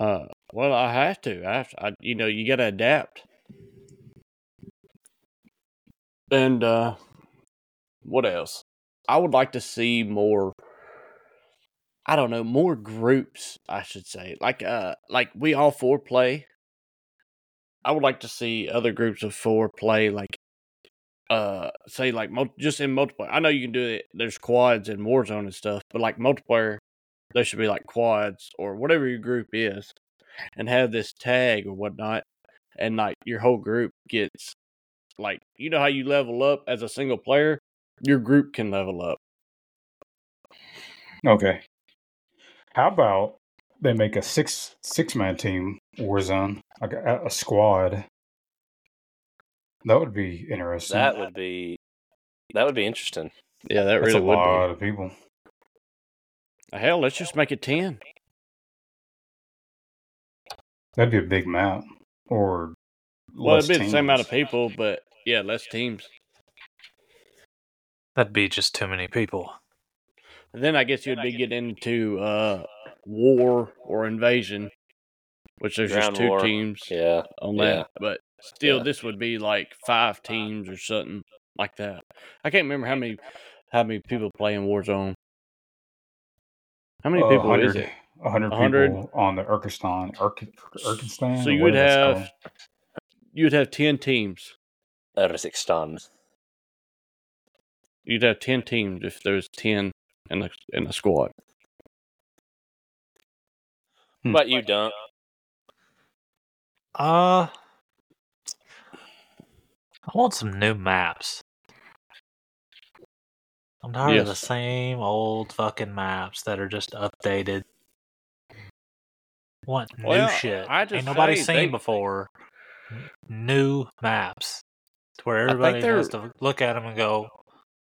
S3: uh, well, I have to. I have to. I, you know, you got to adapt. And uh, what else? I would like to see more. I don't know, more groups. I should say, like uh, like we all four play. I would like to see other groups of four play, like uh, say like mul- just in multiplayer. I know you can do it. There's quads and Warzone and stuff, but like multiplayer, there should be like quads or whatever your group is, and have this tag or whatnot, and like your whole group gets like you know how you level up as a single player, your group can level up.
S2: Okay. How about they make a six six man team Warzone, like a, a squad? That would be interesting.
S1: That would be that would be interesting.
S3: Yeah, that
S2: That's
S3: really
S2: a
S3: would
S2: lot of people.
S3: be. Hell, let's just make it ten.
S2: That'd be a big map. Or
S3: Well,
S2: less
S3: it'd be the same amount of
S2: teams.
S3: people, but yeah, less teams.
S4: That'd be just too many people.
S3: And then I guess you'd be getting into uh, war or invasion, which there's
S1: Ground
S3: just two
S1: war.
S3: teams
S1: Yeah.
S3: on
S1: yeah.
S3: that. But still,
S1: Yeah.
S3: this would be like five teams or something like that. I can't remember how many how many people play in Warzone. How many
S2: Uh,
S3: people is
S2: 100
S3: it?
S2: 100
S3: 100?
S2: people on the Urkistan. Urk, Urkistan?
S3: So
S2: or
S3: you would
S2: whatever it's
S3: have
S2: called.
S3: you would have ten teams.
S1: Kazakhstan.
S3: You'd have ten teams if there's ten in a in a squad.
S2: Hmm.
S1: But you don't.
S4: Uh, I want some new maps. I'm tired of the
S3: Yes.
S4: same old fucking maps that are just updated. Want new
S3: Well,
S4: shit?
S3: I just
S4: Ain't nobody
S3: say
S4: seen
S3: they-
S4: before. N- New maps to where
S3: think
S4: everybody has
S3: they're-
S4: to look at them and go,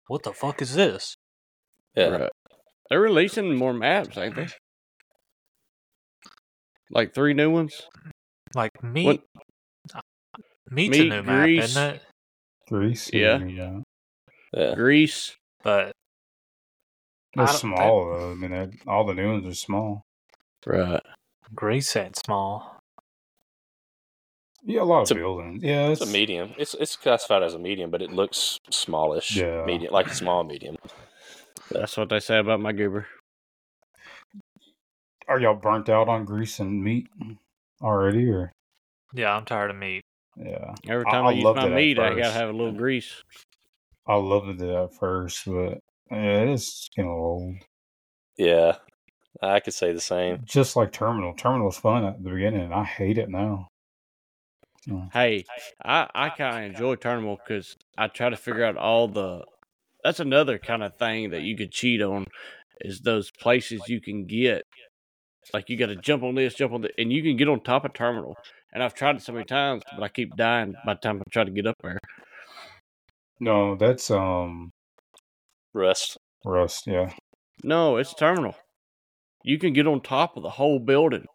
S4: "What the fuck is this?"
S1: Yeah.
S3: Right. They're releasing more maps, ain't they? Like three new ones.
S4: Like meat.
S3: What-
S4: Meat's
S3: Meat,
S4: a new map,
S3: grease.
S4: isn't it?
S2: Greece.
S3: Yeah.
S2: yeah.
S1: Yeah.
S3: Greece.
S4: But
S2: They're
S4: I don't-
S2: small though. I mean, they're- all the new ones are small.
S3: Right.
S4: grease ain't small.
S2: Yeah, a lot
S1: It's
S2: of
S1: a-
S2: buildings. Yeah,
S1: It's a medium. It's it's classified as a medium, but it looks smallish.
S2: Yeah.
S1: Medium, like a small medium.
S3: That's what they say about my goober.
S2: Are y'all burnt out on grease and meat already? Or
S4: Yeah, I'm tired of meat.
S2: yeah,
S3: Every
S2: I-
S3: time
S2: I
S3: I, use
S2: loved
S3: my
S2: it at
S3: meat, I gotta
S2: first.
S3: have a little grease.
S2: I loved it at first, but yeah, it is getting a little old.
S1: Yeah. I could say the same.
S2: Just like Terminal. Terminal was fun at the beginning, and I hate it now.
S3: Hey, I I kind of enjoy Terminal because I try to figure out all the. That's another kind of thing that you could cheat on, is those places you can get. Like you got to jump on this, jump on that, and you can get on top of Terminal. And I've tried it so many times, but I keep dying by the time I try to get up there.
S2: No, that's um
S1: Rust.
S2: rust. Yeah,
S3: No, it's Terminal. You can get on top of the whole building.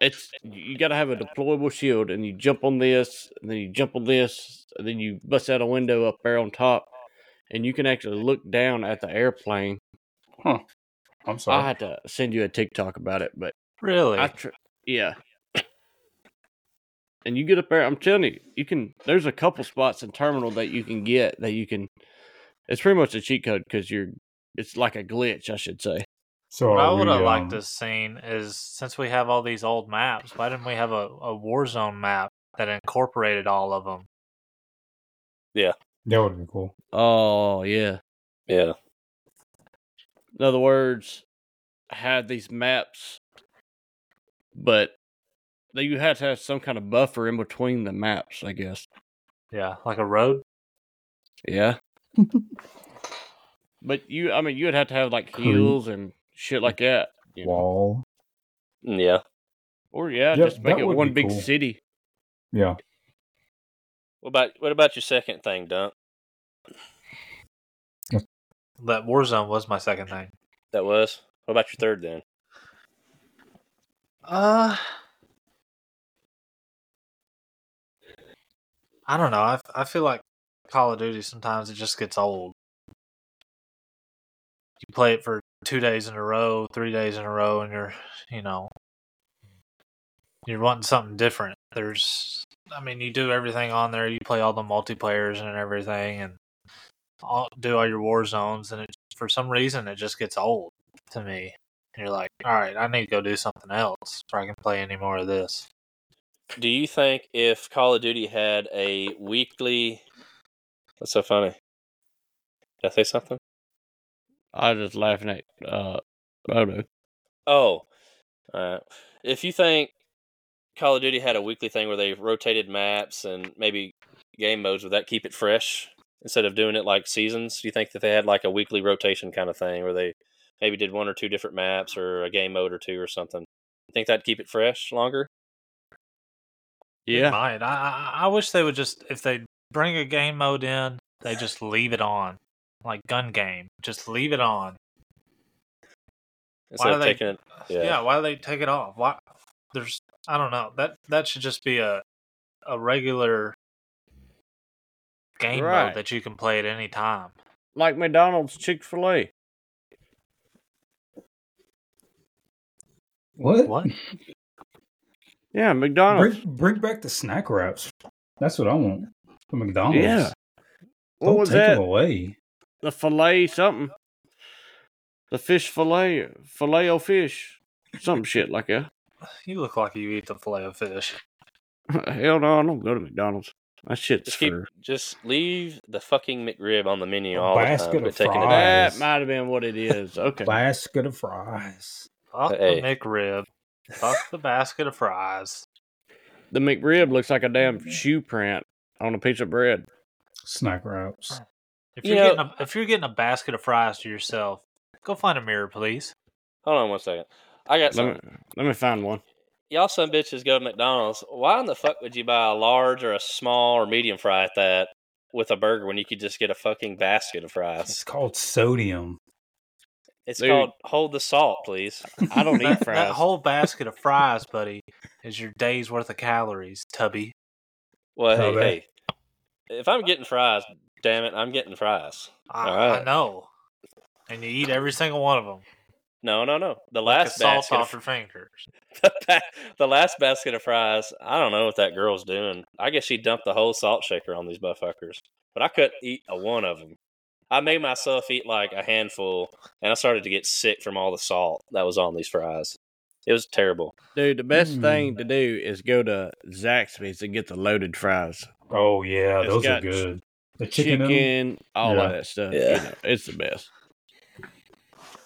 S3: It's you got to have a deployable shield, and you jump on this, and then you jump on this, and then you bust out a window up there on top, and you can actually look down at the airplane.
S2: I'm
S3: I'll
S2: sorry.
S3: have to send you a TikTok about it, but
S4: Really?
S3: I tr- yeah. And you get up there, I'm telling you, you can. There's a couple spots in terminal that you can get that you can. It's pretty much a cheat code because you're. It's like a glitch, I should say.
S2: so
S4: What I
S2: are
S4: would
S2: we,
S4: have liked
S2: um,
S4: to seen is since we have all these old maps, why didn't we have a, a Warzone map that incorporated all of them?
S2: That would be cool.
S3: Oh yeah.
S1: Yeah.
S3: In other words, had these maps, but that you had to have some kind of buffer in between the maps, I guess.
S4: Yeah, like a road.
S3: Yeah. but you, I mean, you would have to have like
S2: Creep.
S3: heels and shit like that. you know?
S2: Wall.
S1: Mm, Yeah.
S3: Or yeah,
S2: Yeah,
S3: just make
S2: that
S3: it
S2: would
S3: one
S2: be
S3: big
S2: cool.
S3: city.
S2: Yeah.
S1: What about what about your second thing, Dump?
S4: That Warzone was my second thing.
S1: That was. What about your third then?
S4: Uh, I don't know. I, f- I feel like Call of Duty sometimes it just gets old. You play it for two days in a row, three days in a row, and you're, you know, you're wanting something different. There's, I mean, you do everything on there. You play all the multiplayers and everything, and all, do all your war zones, and it, for some reason it just gets old to me. And you're like, all right, I need to go do something else before I can play any more of this.
S1: Do you think if Call of Duty had a weekly? That's so funny. Did I say something?
S3: I was just laughing at uh Roto.
S1: Oh, uh, if you think Call of Duty had a weekly thing where they rotated maps and maybe game modes, would that keep it fresh instead of doing it like seasons? Do you think that they had like a weekly rotation kind of thing where they maybe did one or two different maps or a game mode or two or something? Think that'd keep it fresh longer?
S4: It
S3: Yeah.
S4: might. I, I I wish they would just if they bring a game mode in, they just leave it on, like gun game, just leave it on.
S1: Instead
S4: Why
S1: of
S4: do they-
S1: taking it,
S4: Yeah.
S1: Yeah.
S4: why do they take it off? Why? There's I don't know. That that should just be a a regular game
S3: Right.
S4: mode that you can play at any time.
S3: Like McDonald's Chick fil A.
S2: What?
S4: What?
S3: Yeah, McDonald's.
S2: Bring, bring back the snack wraps. That's what I want. The McDonald's.
S3: Yeah.
S2: Don't
S3: What was
S2: take
S3: that?
S2: them away.
S3: The filet something. The fish filet filet o fish. Some shit like that.
S4: You look like you eat the filet of fish.
S3: Hell no, I don't go to McDonald's. That shit's
S1: Just keep,
S3: for
S1: just leave the fucking McRib on the menu
S2: A
S1: all the
S2: basket
S1: time.
S2: of
S1: Quit taking it
S2: fries.
S1: back.
S3: that might have been what it is. Okay,
S2: Basket of fries.
S4: Fuck
S1: Hey.
S4: the McRib. Fuck the basket of fries.
S3: the McRib looks like a damn shoe print on a piece of bread.
S2: Snack wraps.
S4: If
S1: You
S4: you're
S1: know-
S4: getting a, if you're getting a basket of fries to yourself, go find a mirror, please.
S1: Hold on one second. I got some.
S3: Let me let me find one.
S1: Y'all some bitches go to McDonald's. Why in the fuck would you buy a large or a small or medium fry at that with a burger when you could just get a fucking basket of fries?
S2: It's called sodium.
S1: It's
S3: Dude.
S1: called hold the salt, please.
S3: I don't eat
S4: That, that
S3: fries.
S4: whole basket of fries, buddy, is your day's worth of calories, Tubby.
S1: Well,
S2: Oh, man.
S1: hey, hey, if I'm getting fries, damn it, I'm getting fries.
S4: I,
S1: All right.
S4: I know. And you eat every single one of them.
S1: No, no, no. The
S4: Like a
S1: last
S4: salt
S1: basket,
S4: off
S1: of,
S4: your fingers.
S1: the last basket of fries. I don't know what that girl's doing. I guess she dumped the whole salt shaker on these motherfuckers, but I couldn't eat a one of them. I made myself eat like a handful, and I started to get sick from all the salt that was on these fries. It was terrible.
S3: Dude, the best
S2: Hmm.
S3: thing to do is go to Zaxby's and get the loaded fries.
S2: Oh yeah,
S3: It's
S2: those
S3: got
S2: are good. The chicken,
S3: Chicken,
S2: in 'em?
S3: all
S2: Yeah.
S3: of that stuff.
S1: Yeah.
S3: You know, it's the best.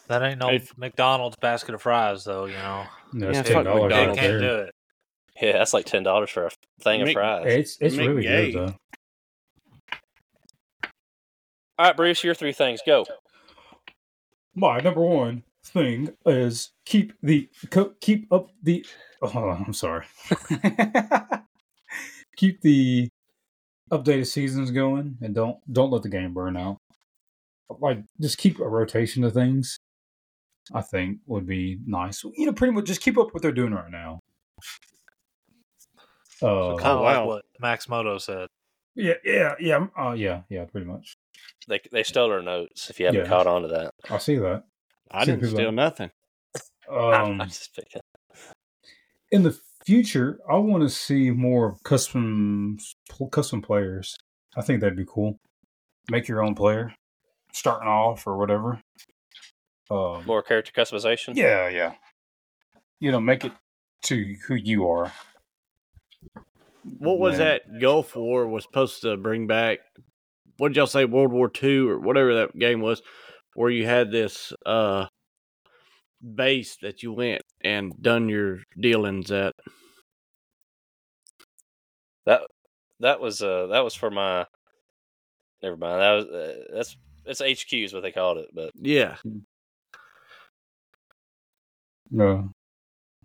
S4: That ain't no
S3: Hey.
S4: McDonald's basket of fries, though, you know.
S2: No, it's
S3: Yeah, fuck
S2: ten dollars
S4: They
S3: McDonald's.
S2: right
S4: can't
S2: there.
S4: do it.
S1: Yeah, that's like ten dollars for a thing of
S3: Mc-
S1: fries.
S2: It's it's
S3: Mick
S2: really
S3: Gay.
S2: good though.
S1: All right, Bruce, your three things. Go.
S2: My number one thing is keep the co- keep up the. Oh, hold on, I'm sorry. keep the updated seasons going, and don't don't let the game burn out. Like, just keep a rotation of things. I think would be nice. You know, pretty much just keep up what they're doing right now. Uh,
S4: Kind of
S3: Oh, wow.
S4: like what Max Moto said.
S2: yeah, yeah, yeah, uh, yeah, yeah. Pretty much.
S1: They they stole our notes. If you haven't
S2: Yeah.
S1: caught on to that,
S2: I see that.
S3: I
S2: See
S3: didn't
S2: people-
S3: steal nothing.
S2: Um,
S1: I'm just picking.
S2: in the future, I want to see more custom custom players. I think that'd be cool. Make your own player, starting off or whatever. Um,
S1: more character customization.
S2: yeah, yeah. You know, make it to who you are.
S3: What was
S2: Man.
S3: that Gulf War was supposed to bring back? What did y'all say, World War II or whatever that game was, where you had this uh base that you went and done your dealings at?
S1: That that was uh that was for my. Never mind. That was uh, that's that's HQ is what they called it. But
S3: Yeah.
S2: No,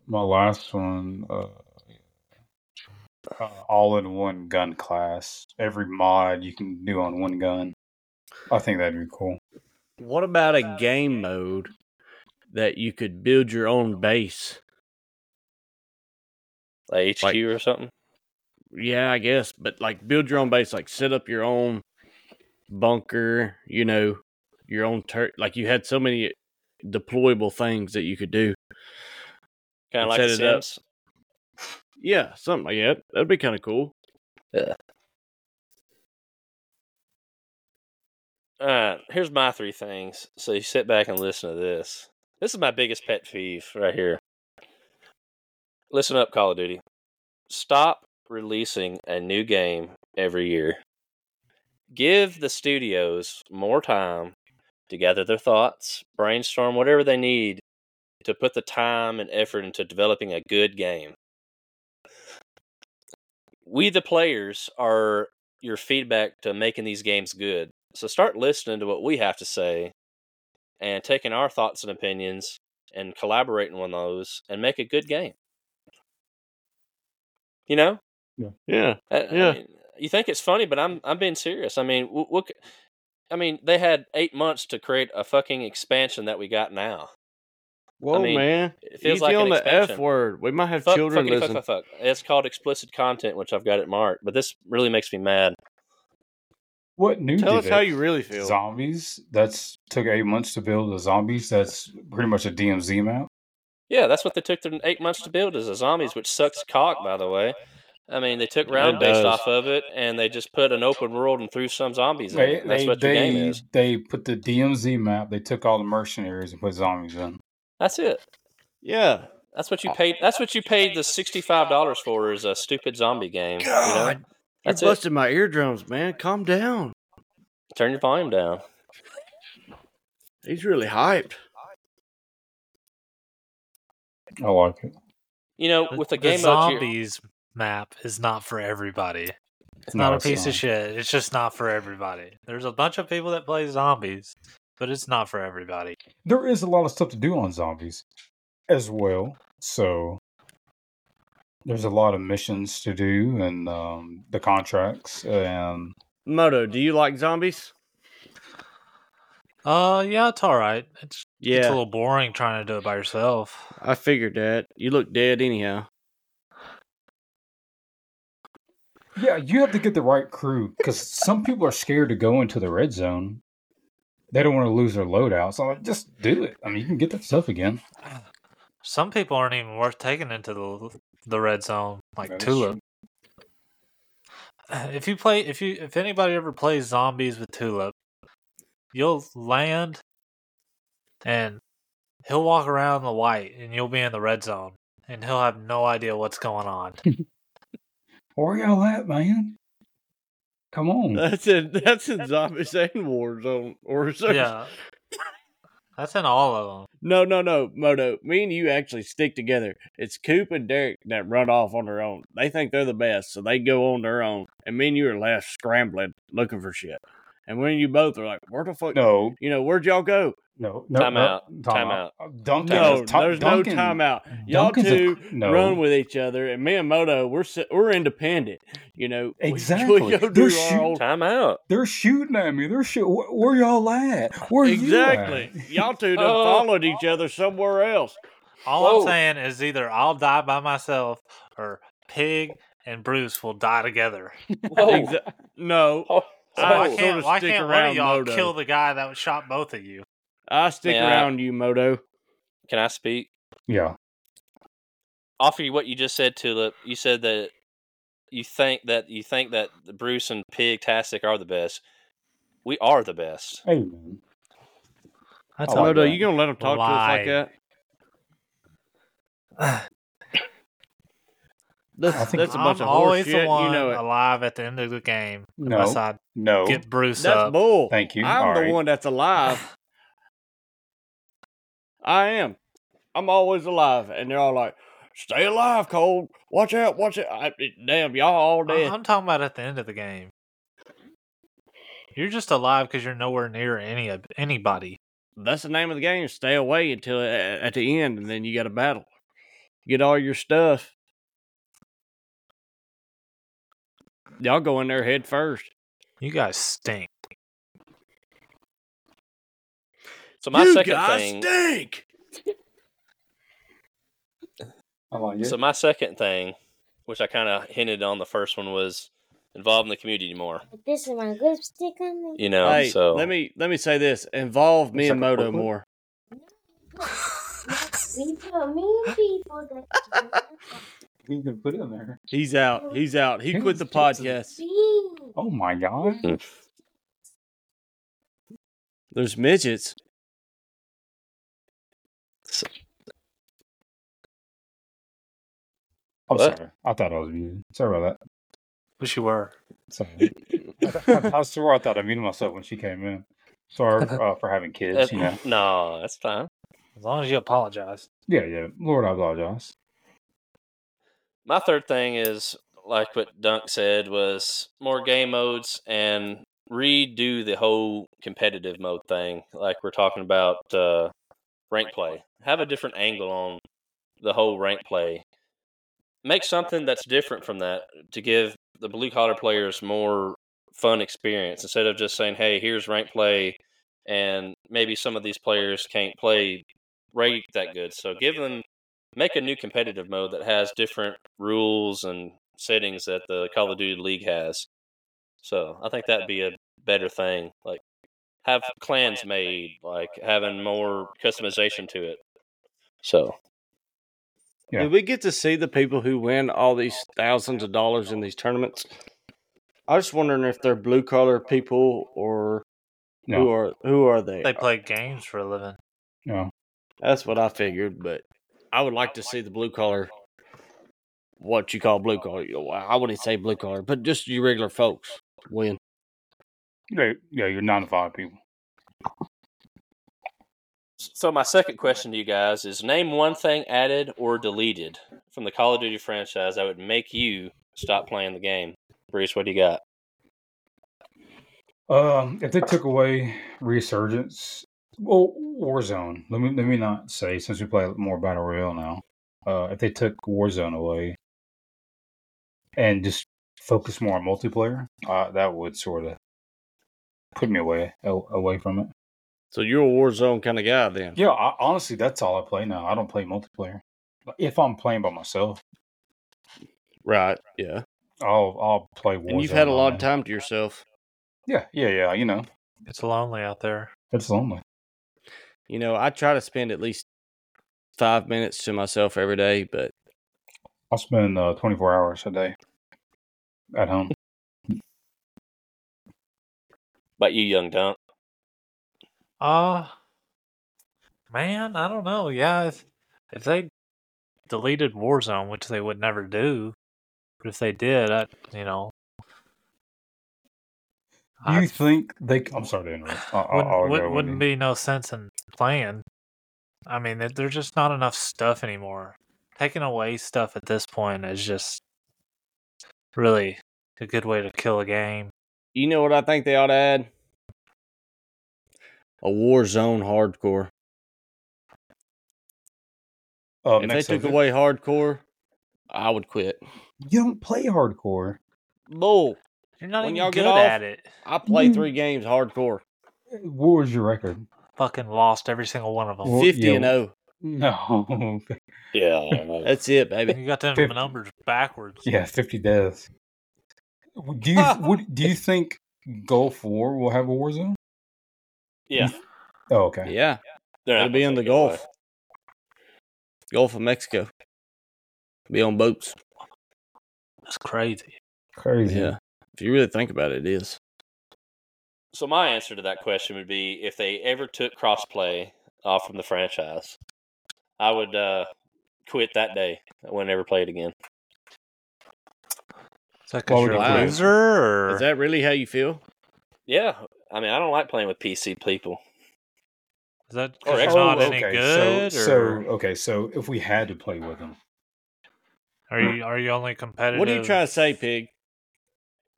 S2: my last one, uh, uh, all in one gun class. Every mod you can do on one gun. I think that'd be cool.
S3: What about a game mode that you could build your own base?
S1: like HQ
S3: Like-
S1: or something.
S3: Yeah, I guess, but like build your own base, like set up your own bunker, you know, your own turret. Like you had so many deployable things that you could do.
S1: Kind of
S3: And
S1: like the
S3: set it up.
S1: Sims.
S3: Yeah, something like that. That'd be kind of cool.
S1: All right. Uh, Here's my three things. So you sit back and listen to this. This is my biggest pet peeve right here. Listen up, Call of Duty. Stop releasing a new game every year. Give the studios more time to gather their thoughts, brainstorm whatever they need to put the time and effort into developing a good game. We, the players, are your feedback to making these games good. So start listening to what we have to say and taking our thoughts and opinions and collaborating on those and make a good game. You know?
S3: Yeah,
S1: I- I
S3: Yeah.
S1: mean, you think it's funny, but I'm I'm being serious. I mean, w- look, I mean, they had eight months to create a fucking expansion that we got now.
S3: well,
S1: mean,
S3: man,
S1: It
S3: you
S1: feels like an
S3: on the
S1: expansion.
S3: F word. We might have
S1: Fuck,
S3: children
S1: fuckity fuck,
S3: listening.
S1: fuck, fuck. It's called explicit content, which I've got it marked. But this really makes me mad.
S2: What new?
S3: Tell
S2: did
S3: us
S2: it?
S3: how you really feel.
S2: zombies that's took eight months to build the zombies that's pretty much a dmz map
S1: Yeah, that's what they took their eight months to build is a zombies, which sucks cock, by the way. I mean, they took
S3: It
S1: round based
S3: does.
S1: off of it, and they just put an open world and threw some zombies in.
S2: they,
S1: it. That's
S2: they,
S1: what your
S2: they,
S1: game is.
S2: they put the dmz map they took all the mercenaries and put zombies in
S1: That's it.
S3: Yeah,
S1: That's what you paid. That's what you paid the sixty-five dollars for is a stupid zombie game. you know?
S3: God,
S1: That's
S3: You're
S1: it.
S3: busting my eardrums, man. Calm down.
S1: Turn your volume down.
S3: He's really hyped.
S2: I like it.
S1: You know,
S4: The-
S1: with a
S4: the
S1: game of your-
S4: zombies map is not for everybody. It's
S2: No,
S4: not a
S2: it's
S4: piece
S2: not.
S4: of shit. It's just not for everybody. There's a bunch of people that play zombies, but it's not for everybody.
S2: There is a lot of stuff to do on zombies as well. So there's a lot of missions to do and um, the contracts and
S3: Moto, do you like zombies?
S4: Uh, yeah, it's all right. It's, it's a
S3: Yeah,
S4: little boring trying to do it by yourself.
S3: I figured that. You look dead anyhow.
S2: Yeah, you have to get the right crew because some people are scared to go into the red zone. They don't want to lose their loadout, so like, just do it. I mean, you can get that stuff again.
S4: Some people aren't even worth taking into the the red zone, like
S2: That is
S4: Tulip. If you play, if you if anybody ever plays zombies with Tulip, you'll land, and he'll walk around the white, and you'll be in the red zone, and he'll have no idea what's going on.
S2: Where y'all at, man? Come on.
S3: That's in that's in zombies and war zone or
S4: yeah, that's in all of them.
S3: No, no, no, Moto. Me and you actually stick together. It's Coop and Derek that run off on their own. They think they're the best, so they go on their own. And me and you are left scrambling looking for shit. And when you both are like, where the fuck?
S2: No,
S3: You know, where'd y'all go?
S2: no, no.
S1: Time
S2: no,
S1: out.
S2: Time,
S1: Time
S2: out. Duncan.
S3: No,
S2: is top-
S3: there's
S2: Duncan-
S3: no timeout. Y'all
S2: Duncan's
S3: two
S2: a- no.
S3: run with each other, and me and Moto, we're si- we're independent. You know, We-
S2: Exactly.
S3: We, go do
S2: They're
S3: our
S2: shoot-
S3: own.
S1: Time out.
S2: They're shooting at me. They're shooting. Where, where y'all at? Where
S3: Exactly.
S2: you at?
S3: Y'all two done
S1: Oh.
S3: followed each other somewhere else.
S4: All
S1: Whoa.
S4: I'm saying is either I'll die by myself, or Pig and Bruce will die together.
S1: Whoa.
S3: Exa- no,
S1: Oh,
S4: Why
S1: oh.
S3: I
S4: can't,
S3: sorta
S4: why
S3: stick
S4: can't one
S3: around
S4: of y'all
S3: Modo.
S4: kill the guy that shot both of you?
S3: I stick
S1: Yeah.
S3: around you, Moto.
S1: Can I speak?
S2: Yeah.
S1: Offer you what you just said, Tulip. You said that you think that you think that the Bruce and Pig Tastic are the best. We are the best.
S2: Hey, man.
S4: That's
S2: Oh, all.
S3: Modo,
S2: yeah.
S3: you gonna let him talk
S4: Lie.
S3: to us like
S2: I
S3: that? That's,
S2: think-
S3: that's a bunch
S4: I'm
S3: of horse
S4: always
S3: shit.
S4: the one
S3: You know it.
S4: alive at the end of the game unless
S2: No.
S4: I
S2: No.
S4: get Bruce
S3: That's
S4: up.
S3: bull.
S2: Thank you.
S3: I'm
S2: All
S3: the
S2: right.
S3: one that's alive. I am. I'm always alive, and they're all like, "Stay alive, Cole. Watch out, watch out." I, damn, y'all all
S4: I-
S3: dead.
S4: I'm talking about at the end of the game. You're just alive because you're nowhere near any of anybody.
S3: That's the name of the game. Stay away until a- at the end, and then you got to battle. Get all your stuff. Y'all go in there head first.
S4: You guys stink.
S1: So my
S3: you
S1: second
S3: guys
S1: thing.
S3: stink.
S2: I like it.
S1: So my second thing, which I kind of hinted on the first one, was involved in the community more.
S5: This is my lipstick on me.
S1: You know,
S3: hey,
S1: um, so
S3: let me let me say this: involve me
S2: Looks
S3: and
S2: like a
S3: Moto
S2: booklet.
S3: more.
S5: We put mean people that
S2: you can put it in there.
S3: He's out. He's out. He quit the podcast.
S5: mean.
S2: Oh my god.
S3: There's midgets.
S2: I'm
S1: What?
S2: sorry. I thought I was muted. Sorry about that.
S4: Wish you were.
S2: Sorry. I, th- I swore I thought I muted myself when she came in. Sorry uh, for having
S1: that-
S2: kids. You know.
S1: no, that's fine.
S4: As long as you apologize.
S2: Yeah, yeah. Lord, I apologize.
S1: My third thing is like what Dunk said was more game modes and redo the whole competitive mode thing. Like we're talking about uh, rank play. Have a different angle on the whole rank play. Make something that's different from that to give the blue collar players more fun experience instead of just saying, "Hey, here's rank play," and maybe some of these players can't play rank that good. So give them make a new competitive mode that has different rules and settings that the Call of Duty League has. So I think that'd be a better thing. Like have clans made, like having more customization to it. So
S2: Yeah.
S3: Did we get to see the people who win all these thousands of dollars in these tournaments? I was wondering if they're blue collar people or who
S2: No,
S3: are who are they?
S4: They play games for a living.
S2: no.
S3: That's what I figured, but I would like to see the blue collar, what you call blue collar. you know, I wouldn't say blue collar, but just your regular folks win.
S2: Yeah, yeah, you're nine to five people.
S1: So my second question to you guys is: Name one thing added or deleted from the Call of Duty franchise that would make you stop playing the game. Bruce, what do you got?
S2: Um, if they took away Resurgence, well, Warzone. Let me let me not say since we play more battle royale now. Uh, if they took Warzone away and just focus more on multiplayer, uh, that would sort of put me away a- away from it.
S3: So you're a war zone kind of guy then.
S2: Yeah, I, honestly, that's all I play now. I don't play multiplayer. If I'm playing by myself,
S3: Right. Yeah.
S2: I'll I'll play Warzone.
S3: And you've had a
S2: all
S3: lot of
S2: day.
S3: time to yourself.
S2: Yeah, yeah, yeah. You know,
S4: It's lonely out there.
S2: it's lonely.
S3: You know, I try to spend at least five minutes to myself every day, but
S2: I'll spend uh, 24 hours a day at home.
S1: About you, young dunk.
S4: Uh man, I don't know. Yeah, if if they deleted Warzone, which they would never do, but if they did, I you know,
S2: Do you
S4: I
S2: think they? c- I'm sorry to interrupt. I'll,
S4: wouldn't,
S2: I'll go
S4: wouldn't,
S2: with
S4: wouldn't
S2: you.
S4: be no sense in playing. I mean, there- there's just not enough stuff anymore. Taking away stuff at this point is just really a good way to kill a game.
S3: you know what I think they ought to add? A war zone hardcore.
S2: Uh,
S3: if they
S2: next
S3: took
S2: subject.
S3: away hardcore, I would quit.
S2: you don't play hardcore.
S3: Bull.
S4: You're not
S3: When
S4: even
S3: y'all
S4: good
S3: get off-
S4: at it.
S3: I play
S2: Mm.
S3: three games hardcore,
S2: What was your record?
S4: Fucking lost every single one of them.
S2: Well,
S3: fifty
S2: yeah.
S3: and oh. zero.
S2: No.
S1: Yeah.
S3: That's it, baby.
S4: You got them
S2: Fifty.
S4: numbers backwards.
S2: yeah, 50 deaths. Do you would, do you think Gulf War will have a war zone?
S1: yeah.
S2: Oh, okay.
S3: Yeah,
S1: They're not
S3: it'll be
S1: gonna
S3: in the
S1: take it away.
S3: Gulf, Gulf of Mexico. Be on boats.
S4: That's crazy.
S2: Crazy.
S3: Yeah, if you really think about it, it is.
S1: So my answer to that question would be if they ever took crossplay off from the franchise, I would uh, quit that day. I wouldn't ever play it again.
S4: Is that
S2: Why
S4: because
S2: would
S4: you're
S3: you
S4: a
S3: quit?
S4: loser? Or...
S3: Is that really how you feel?
S1: Yeah, I mean I don't like playing with PC people.
S4: Is that
S1: Or
S4: because you're
S1: Xbox.
S4: not any
S2: Oh, okay.
S4: good?
S2: so,
S4: or
S2: so okay, so if we had to play with them,
S4: are you are you only competitive?
S3: What are you trying to say, Pig?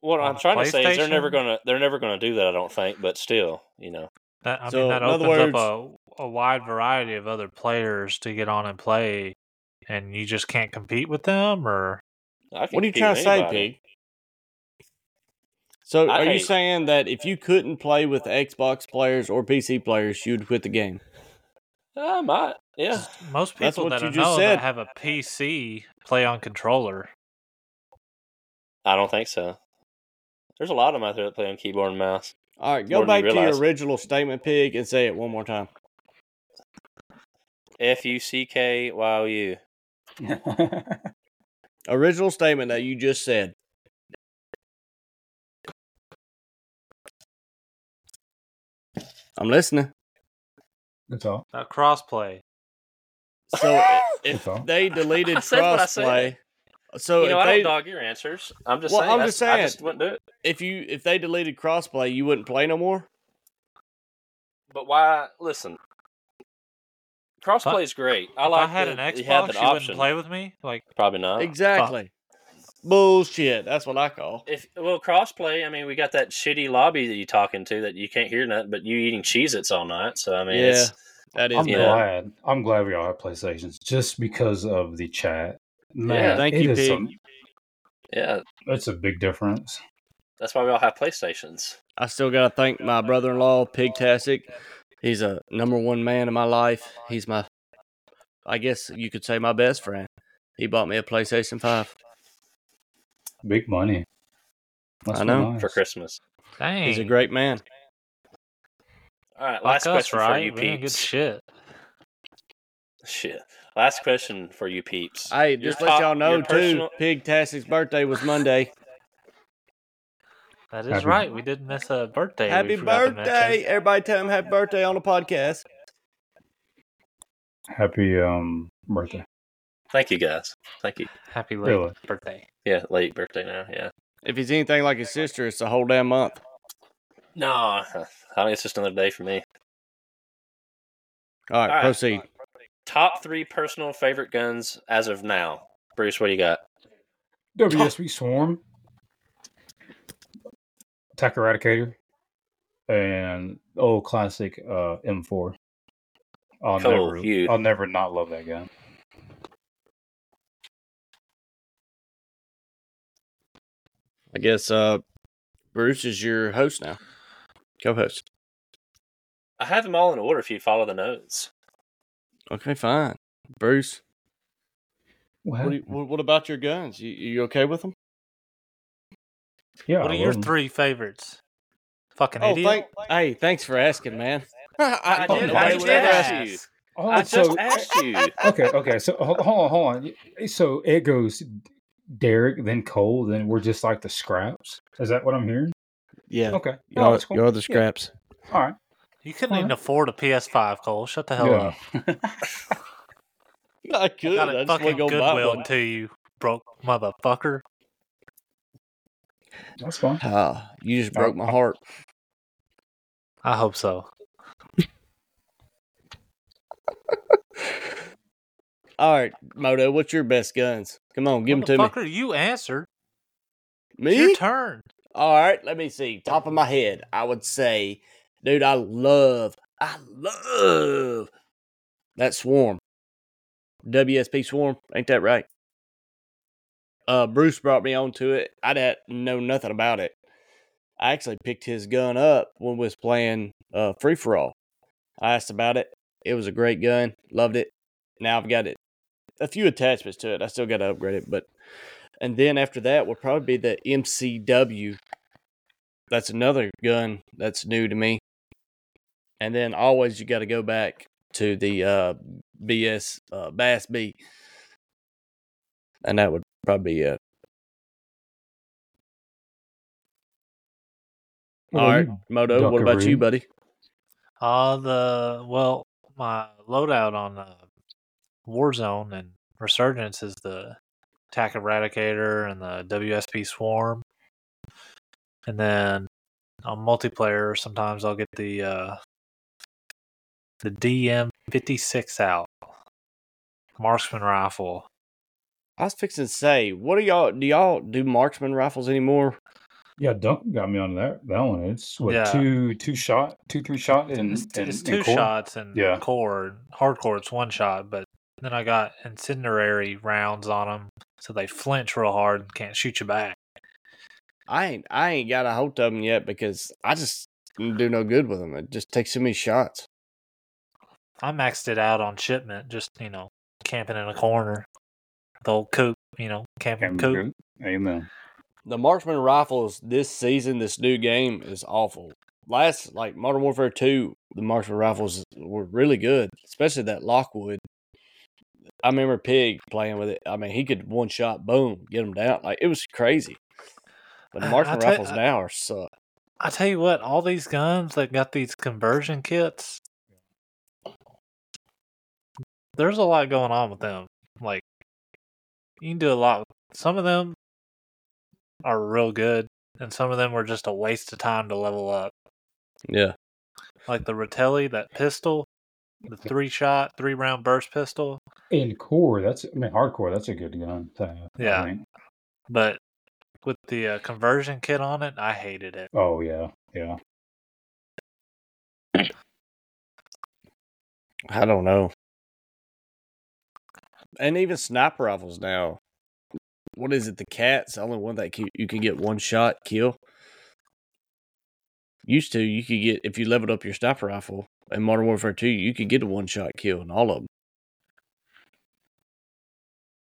S1: What
S4: On
S1: I'm trying to say is they're never
S4: PlayStation?
S1: gonna they're never gonna do that. I don't think, but still, you know,
S4: That, I
S3: So,
S4: mean, that
S3: in other
S4: opens up a, a wide variety of other players to get on and play, and you just can't compete with them. Or
S1: I can
S3: What are you
S1: compete
S3: trying
S1: with
S3: to say,
S1: anybody.
S3: Pig? So,
S1: I
S3: are you
S1: hate-
S3: saying that if you couldn't play with Xbox players or PC players, you'd quit the game?
S1: I might. Uh, Yeah,
S4: most
S3: That's
S4: people
S3: what
S4: that
S3: you
S4: I
S3: just
S4: know
S3: said.
S4: that have a PC play on controller.
S1: I don't think so. There's a lot of them out there that play on keyboard and mouse.
S3: All right,
S1: More
S3: go
S1: than you
S3: back to your
S1: realize.
S3: original statement, Pig, and say it one more time.
S1: F U C K Y O U.
S3: Original statement that you just said. I'm listening.
S2: that's all.
S4: That crossplay.
S3: So
S2: That's all.
S3: they deleted
S1: I said what I
S3: crossplay.
S1: said.
S3: So
S1: you know,
S3: if
S1: I don't
S3: they
S1: dog your answers. I'm just
S3: Well,
S1: saying.
S3: I'm
S1: that's-
S3: just
S1: I
S3: saying.
S1: just wouldn't do it.
S3: if you if they deleted crossplay, you wouldn't play no more.
S1: But why? Listen, crossplay is great. I
S4: if
S1: like.
S4: I had
S1: that
S4: an
S1: you have
S4: Xbox,
S1: that
S4: you
S1: option.
S4: wouldn't play with me. Like
S1: Probably not.
S3: Exactly. Bullshit. That's what I call.
S1: If well, crossplay. I mean, we got that shitty lobby that you talking to that you can't hear nothing, but you eating Cheez-Its all night. So I mean, it's,
S3: That is
S2: I'm
S1: Yeah.
S3: bad.
S2: glad. I'm glad we all have PlayStations just because of the chat. Man,
S1: Yeah.
S3: Thank
S2: it
S3: you,
S2: is
S3: Pig.
S2: some-
S1: yeah,
S2: That's a big difference.
S1: that's why we all have PlayStations.
S3: I still gotta thank my brother-in-law, Pig Tastic. He's a number one man in my life. He's my, I guess you could say my best friend. He bought me a PlayStation Five.
S2: Big money.
S3: I know.
S1: for Christmas.
S4: dang,
S1: Hmm.
S3: He's a great man.
S1: All right,
S4: like
S1: last
S4: us,
S1: question
S4: right?
S1: for
S4: We
S1: you
S4: ain't good
S1: peeps.
S4: shit.
S1: Shit. Last question for you peeps.
S3: Hey,
S1: Your
S3: just let
S1: top-
S3: y'all know
S1: your personal-
S3: too. Pig Tastic's birthday was Monday.
S4: That is
S2: Happy-
S4: right. We did miss a birthday. we
S3: happy
S4: forgot to mention.
S3: birthday! Everybody, tell him happy birthday on the podcast.
S2: Happy um birthday.
S1: Thank you guys. Thank you.
S4: Happy late
S2: Really?
S4: birthday.
S1: Yeah, late birthday now. Yeah.
S3: If he's anything like his sister, it's a whole damn month.
S1: No, I mean it's just another day for me.
S3: All right,
S1: All right.
S3: proceed.
S1: Top three personal favorite guns as of now. Bruce, what do you got?
S2: WSB Swarm, Attack Eradicator, and old classic uh, M4. I'll
S1: Cool,
S2: never,
S1: huge.
S2: I'll never not love that gun.
S3: I guess uh, Bruce is your host now, co-host.
S1: I have them all in order if you follow the notes.
S3: Okay, fine. Bruce,
S2: What?
S3: what, do you, what, what about your guns? You, you okay with them?
S2: yeah,
S4: what are
S2: I
S4: your
S2: love 'em.
S4: three favorites? Fucking
S3: Oh,
S4: idiot.
S3: thank, hey, thanks for asking, man. I,
S1: did-
S3: nobody
S1: I
S3: would
S1: did
S3: ever
S1: ask
S3: ask.
S1: you.
S2: Oh,
S1: I
S2: so-
S1: just asked you.
S2: okay, okay. So hold, hold on, hold on. So it goes Derek, then Cole, then we're just like the scraps. Is that what I'm hearing?
S3: Yeah,
S2: Okay.
S3: you
S2: No,
S3: are,
S2: that's cool.
S3: you are the
S2: Yeah.
S3: scraps.
S2: All right.
S4: You couldn't even afford a PS5, Cole. Shut the hell up.
S3: I could.
S4: Got
S3: I
S4: it
S3: just
S4: fucking
S3: want to go buy
S4: goodwill
S3: one.
S4: until you broke motherfucker.
S2: That's fine.
S3: Ah, you just broke my heart.
S4: I hope so.
S3: All right, Moto, what's your best guns? Come on, give them to me.
S4: motherfucker, you answered. It's
S3: Me?
S4: Your turn.
S3: All right, let me see. Top of my head, I would say, dude, I love, I love that swarm. WSP swarm, ain't that right? Uh, Bruce brought me onto it. I didn't know nothing about it. I actually picked his gun up when we was playing uh, free for all. I asked about it. It was a great gun. Loved it. Now I've got it. A few attachments to it. I still got to upgrade it, but and then after that will probably be the MCW. That's another gun that's new to me. And then always you got to go back to the uh, BS uh, Bass B. And that would probably be it.
S2: What
S3: All
S2: about
S3: right,
S2: you?
S3: Moto, what about you,
S2: Dunkaroo?
S3: buddy?
S4: Uh the well, my loadout on uh, Warzone and Resurgence is the Attack Eradicator and the WSP Swarm, and then on multiplayer sometimes I'll get the uh, the DM fifty six out marksman rifle.
S3: I was fixing to say, what do y'all do? Y'all do marksman rifles anymore?
S2: Yeah, Duncan got me on that that one. It's what
S4: Yeah.
S2: two two shot, two three shot, and
S4: It's,
S2: and,
S4: it's
S2: and
S4: two
S2: core?
S4: shots and
S2: Yeah.
S4: core hardcore. It's one shot, but then I got incendiary rounds on them, so they flinch real hard and can't shoot you back.
S3: I ain't, I ain't got a hold of them yet because I just do no good with them. It just takes so many shots.
S4: I maxed it out on shipment, just you know, camping in a corner, the old coop, you know,
S2: Camera
S4: camping coop.
S2: group. Amen.
S3: the marksman rifles this season, this new game is awful. Last like Modern Warfare Two, the marksman rifles were really good, especially that Lockwood. I remember Pig playing with it. I mean, he could one shot, boom, get him down. Like it was crazy. But the
S4: Uh,
S3: marksman
S4: I tell-
S3: rifles now are suck.
S4: I tell you what, all these guns that got these conversion kits, there's a lot going on with them. Like you can do a lot. Some of them are real good, and some of them were just a waste of time to level up.
S3: Yeah,
S4: Like the Rotelli, that pistol, the three shot, three round burst pistol.
S2: And core, that's I mean hardcore. That's a good gun. To have, I
S4: Yeah.
S2: think.
S4: But with the uh, conversion kit on it, I hated it.
S2: Oh yeah, yeah.
S3: I don't know. And even sniper rifles now. What is it? The cats only one that can, you can get one shot kill. Used to you could get if you leveled up your sniper rifle in Modern Warfare Two, you could get a one shot kill in all of them.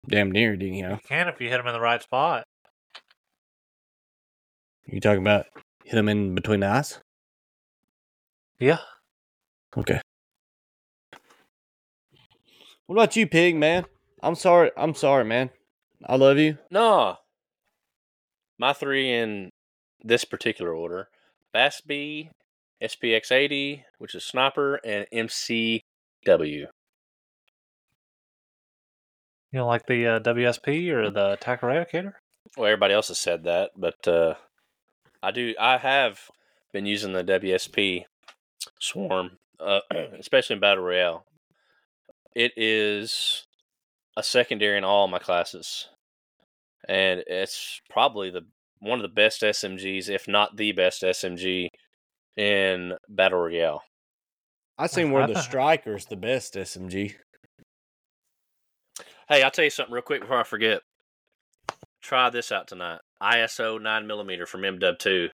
S3: Damn near, didn't you?
S4: You can if you hit them in the right spot.
S3: You talking about hit them in between the eyes?
S4: Yeah.
S3: Okay. What about you, pig man? I'm sorry. I'm sorry, man. I love you.
S1: No. My three in this particular order Bass B, SPX 80, which is Sniper, and MCW.
S6: You know, like the uh, WSP or the Attack Eradicator?
S1: Well, everybody else has said that, but uh, I do. I have been using the WSP swarm, uh, especially in battle royale. It is a secondary in all my classes, and it's probably the one of the best SMGs, if not the best SMG in battle royale.
S3: I seen where the
S6: thought-
S3: striker's the best SMG.
S1: Hey, I'll tell you something real quick before I forget. Try this out tonight. ISO 9mm from MW2.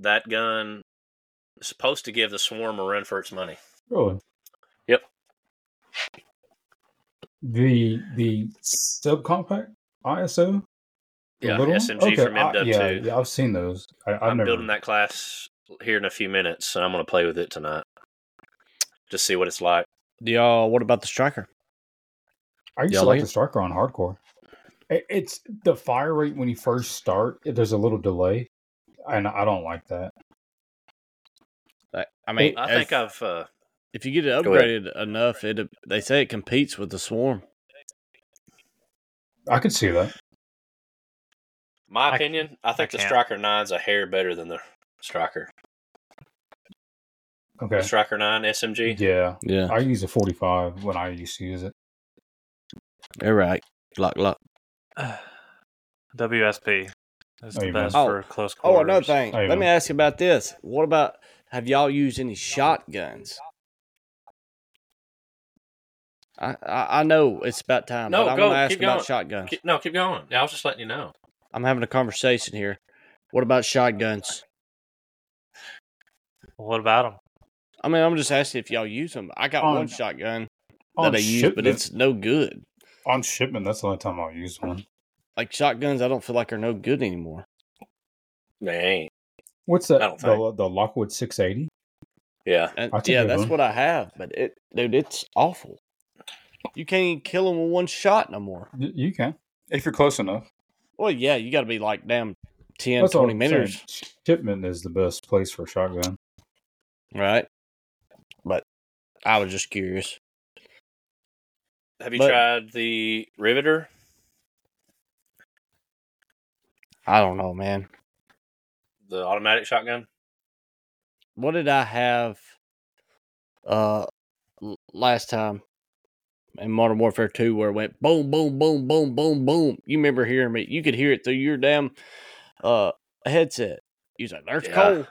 S1: That gun is supposed to give the swarm a run for its money.
S2: Really?
S1: Yep.
S2: The the subcompact ISO. The
S1: Yeah,
S2: little one?
S1: SMG from
S2: I-
S1: MW2.
S2: yeah, yeah, I've seen those. I, I've
S1: I'm
S2: never.
S1: building that class here in a few minutes, and I'm going to play with it tonight. Just see what it's like.
S3: Do y'all? What about the striker?
S2: I used
S3: Yeah,
S2: to
S3: like
S2: like the Striker on hardcore. It, it's the fire rate when you first start. it- There's a little delay, and I don't like that.
S3: Like, I mean,
S1: I
S3: as-
S1: think I've. Uh,
S3: if you get it
S1: Go ahead.
S3: upgraded enough, it they say it competes with the swarm.
S2: I could see that.
S1: my
S6: I-
S1: opinion, I think the
S6: can't.
S1: Striker 9's a hair better than the Striker.
S2: Okay.
S1: The Striker 9 SMG.
S2: Yeah,
S3: Yeah,
S2: I use a 45 when I used to use it.
S3: you're right. Lock, lock.
S6: WSP is
S2: Oh,
S6: the
S2: you
S6: best
S3: mean-
S6: for close quarters.
S3: Oh, another thing.
S2: Hey,
S3: Let me
S1: uh,
S2: man.
S3: ask you about this. What about have y'all used any shotguns? I I, I know it's about time,
S1: No,
S3: but I'm
S1: go,
S3: gonna ask
S1: keep
S3: about
S1: going.
S3: shotguns.
S1: Keep- no, keep going. I was just letting you know.
S3: I'm having a conversation here. What about shotguns?
S6: What about them?
S3: I mean, I'm just asking if y'all use them. I got
S2: Oh,
S3: one
S2: no.
S3: shotgun
S2: On
S3: that I use,
S2: shipment,
S3: but it's Mm-hmm. no good.
S2: on shipment. That's the only time I'll use one.
S3: Like shotguns, I don't feel like are no good anymore.
S1: They ain't.
S2: What's that?
S1: I don't
S2: the, the Lockwood 680.
S1: Yeah.
S3: And
S2: I took
S3: yeah,
S2: that
S3: that's
S2: one.
S3: what I have. But it, dude, it's awful. You can't even kill them with one shot no more.
S2: Y- You can if you're close enough.
S3: Well, yeah, you got to be like damn 10, 20
S2: all I'm saying.
S3: meters.
S2: Shipment is the best place for a shotgun.
S3: Right. But I was just curious.
S1: Have you
S3: But-
S1: tried the Riveter?
S3: I don't know, man.
S1: the automatic shotgun.
S3: What did I have uh l- last time in Modern Warfare 2 where it went boom boom boom boom boom boom. You remember hearing me. You could hear it through your damn uh headset. You was like, There's
S1: Yeah.
S3: coal.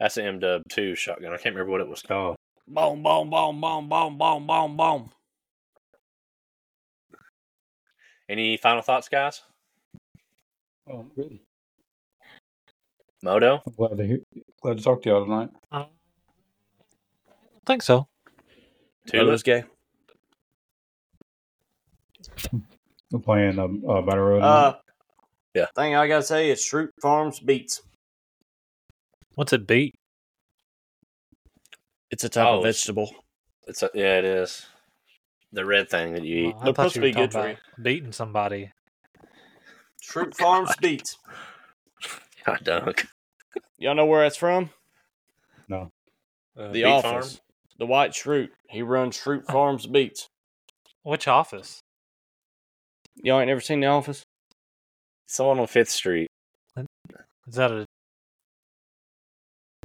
S1: That's an M Dub two shotgun. I can't remember what it was
S3: Oh.
S1: called.
S3: Boom boom boom boom boom boom boom boom.
S1: Any final thoughts, guys?
S2: Oh, I'm good.
S1: Moto.
S2: I'm glad to hear, glad to talk to y'all tonight.
S6: I don't think so.
S3: That
S1: Tulip.
S3: was gay.
S2: We're playing um, uh, Battle Road.
S3: Uh
S2: tonight.
S1: Yeah.
S3: Thing I gotta say is Shroot Farms beats.
S6: What's it beat?
S3: It's a type
S1: Oh,
S3: of
S1: it's-
S3: vegetable.
S1: It's a, yeah, it is. The red thing that
S6: Oh, I
S1: you eat.
S4: Uh-huh.
S3: They're
S6: thought
S3: supposed
S6: you
S3: to
S6: were
S3: be good
S6: talking
S3: for
S6: about Beating somebody.
S3: Shroot Farms beats.
S1: Hot dog.
S3: Y'all know where that's from?
S2: no,
S1: Uh,
S3: The
S1: Beet
S3: Office. The White Shroot. He runs Shroot Farms Beats.
S6: Which office?
S3: Y'all ain't never seen The Office?
S1: Someone on Fifth Street.
S6: Is that a?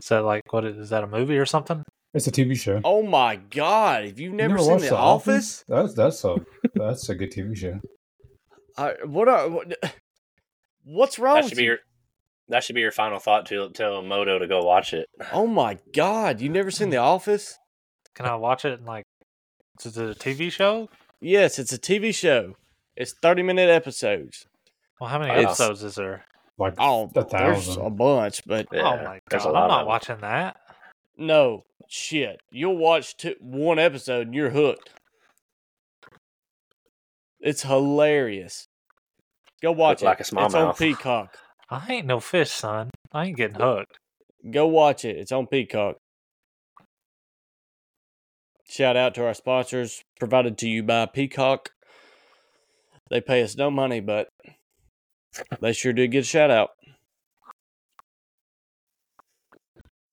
S6: Is that like what? Is is that a movie or something?
S2: it's a TV show.
S3: Oh my God! Have you
S2: You
S3: never, seen
S2: watched
S3: The, Office?
S2: That's that's a that's a good TV show.
S3: I, what are what, What's wrong
S1: That
S3: with
S1: should be
S3: you?
S1: your. That should be your final thought. To tell Moto to go watch it.
S3: Oh my God! You never seen The Office?
S6: Can I watch it? And like, is it a TV show?
S3: Yes, it's a TV show. It's thirty minute episodes.
S6: Well, how many
S1: It's-
S6: episodes is there?
S2: Like
S3: Oh,
S2: a
S3: there's a
S2: thousand.
S3: bunch, but
S6: oh
S1: Yeah,
S6: my god!
S1: there's a
S6: I'm
S1: lot
S6: not
S1: of it.
S6: watching that.
S3: no shit. You'll watch two, one episode and you're hooked. It's hilarious. Go watch it.
S1: like a
S3: it's on
S1: smallmouth.
S3: Peacock.
S6: I ain't no fish, son. I ain't getting hooked.
S3: Go watch it. It's on Peacock. Shout out to our sponsors provided to you by Peacock. They pay us no money, but they sure do get a shout out.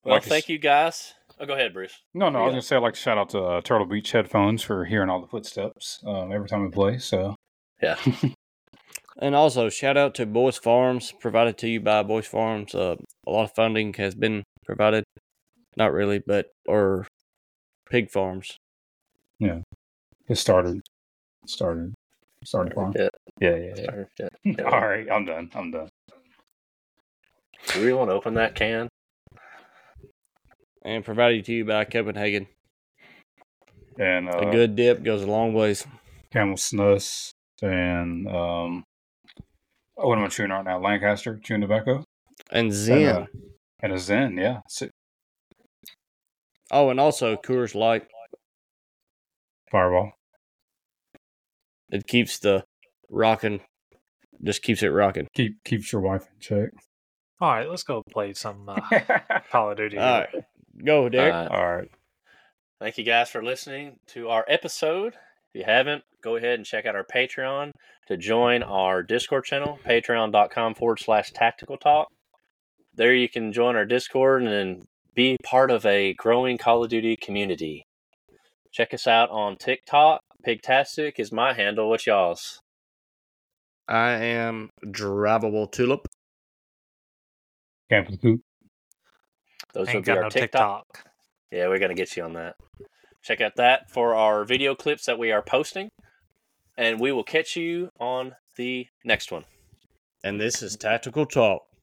S1: Well,
S2: Like a s-
S1: thank you guys. Oh, go ahead, Bruce.
S2: No, no, I
S3: Yeah.
S2: was gonna say I'd like to shout out to uh, Turtle Beach headphones for hearing all the footsteps um, every time we play. So
S1: Yeah.
S3: And also, shout out to Boyce Farms, provided to you by Boyce Farms. Uh, a lot of funding has been provided, not really, but or pig farms.
S2: It started. Started. Started. farm.
S1: Yeah.
S2: Yeah, yeah, yeah.
S1: Sorry. Yeah.
S2: All right, I'm done. I'm done.
S1: Do we want to open that can?
S3: and provided to you by Copenhagen.
S2: And uh,
S3: a good dip goes a long ways.
S2: Camel Snus and um, oh, what am I chewing right now? Lancaster chewing tobacco
S3: And Zen.
S2: And, uh, and a Zen. Yeah, Si-
S3: oh, and also Coors Light.
S2: Fireball.
S3: It keeps the rocking, just keeps it rocking.
S2: Keep keeps your wife in check.
S6: All right, let's go play some uh,
S2: All
S6: Call of Duty.
S3: All right, go Derek.
S1: Uh,
S2: right.
S1: Thank you guys for listening to our episode. If you haven't, go ahead and check out our Patreon to join our Discord channel, patreon.com forward slash tactical talk. There you can join our Discord and then be part of a growing Call of Duty community. Check us out on TikTok. Pigtastic is my handle. What's y'all's?
S3: I am drivable tulip.
S2: Camp with the poop.
S1: Those
S6: Ain't got no TikTok.
S1: Yeah, we're going to get you on that. Check out that for our video clips that we are posting. And we will catch you on the next one.
S3: and this is Tactical Talk.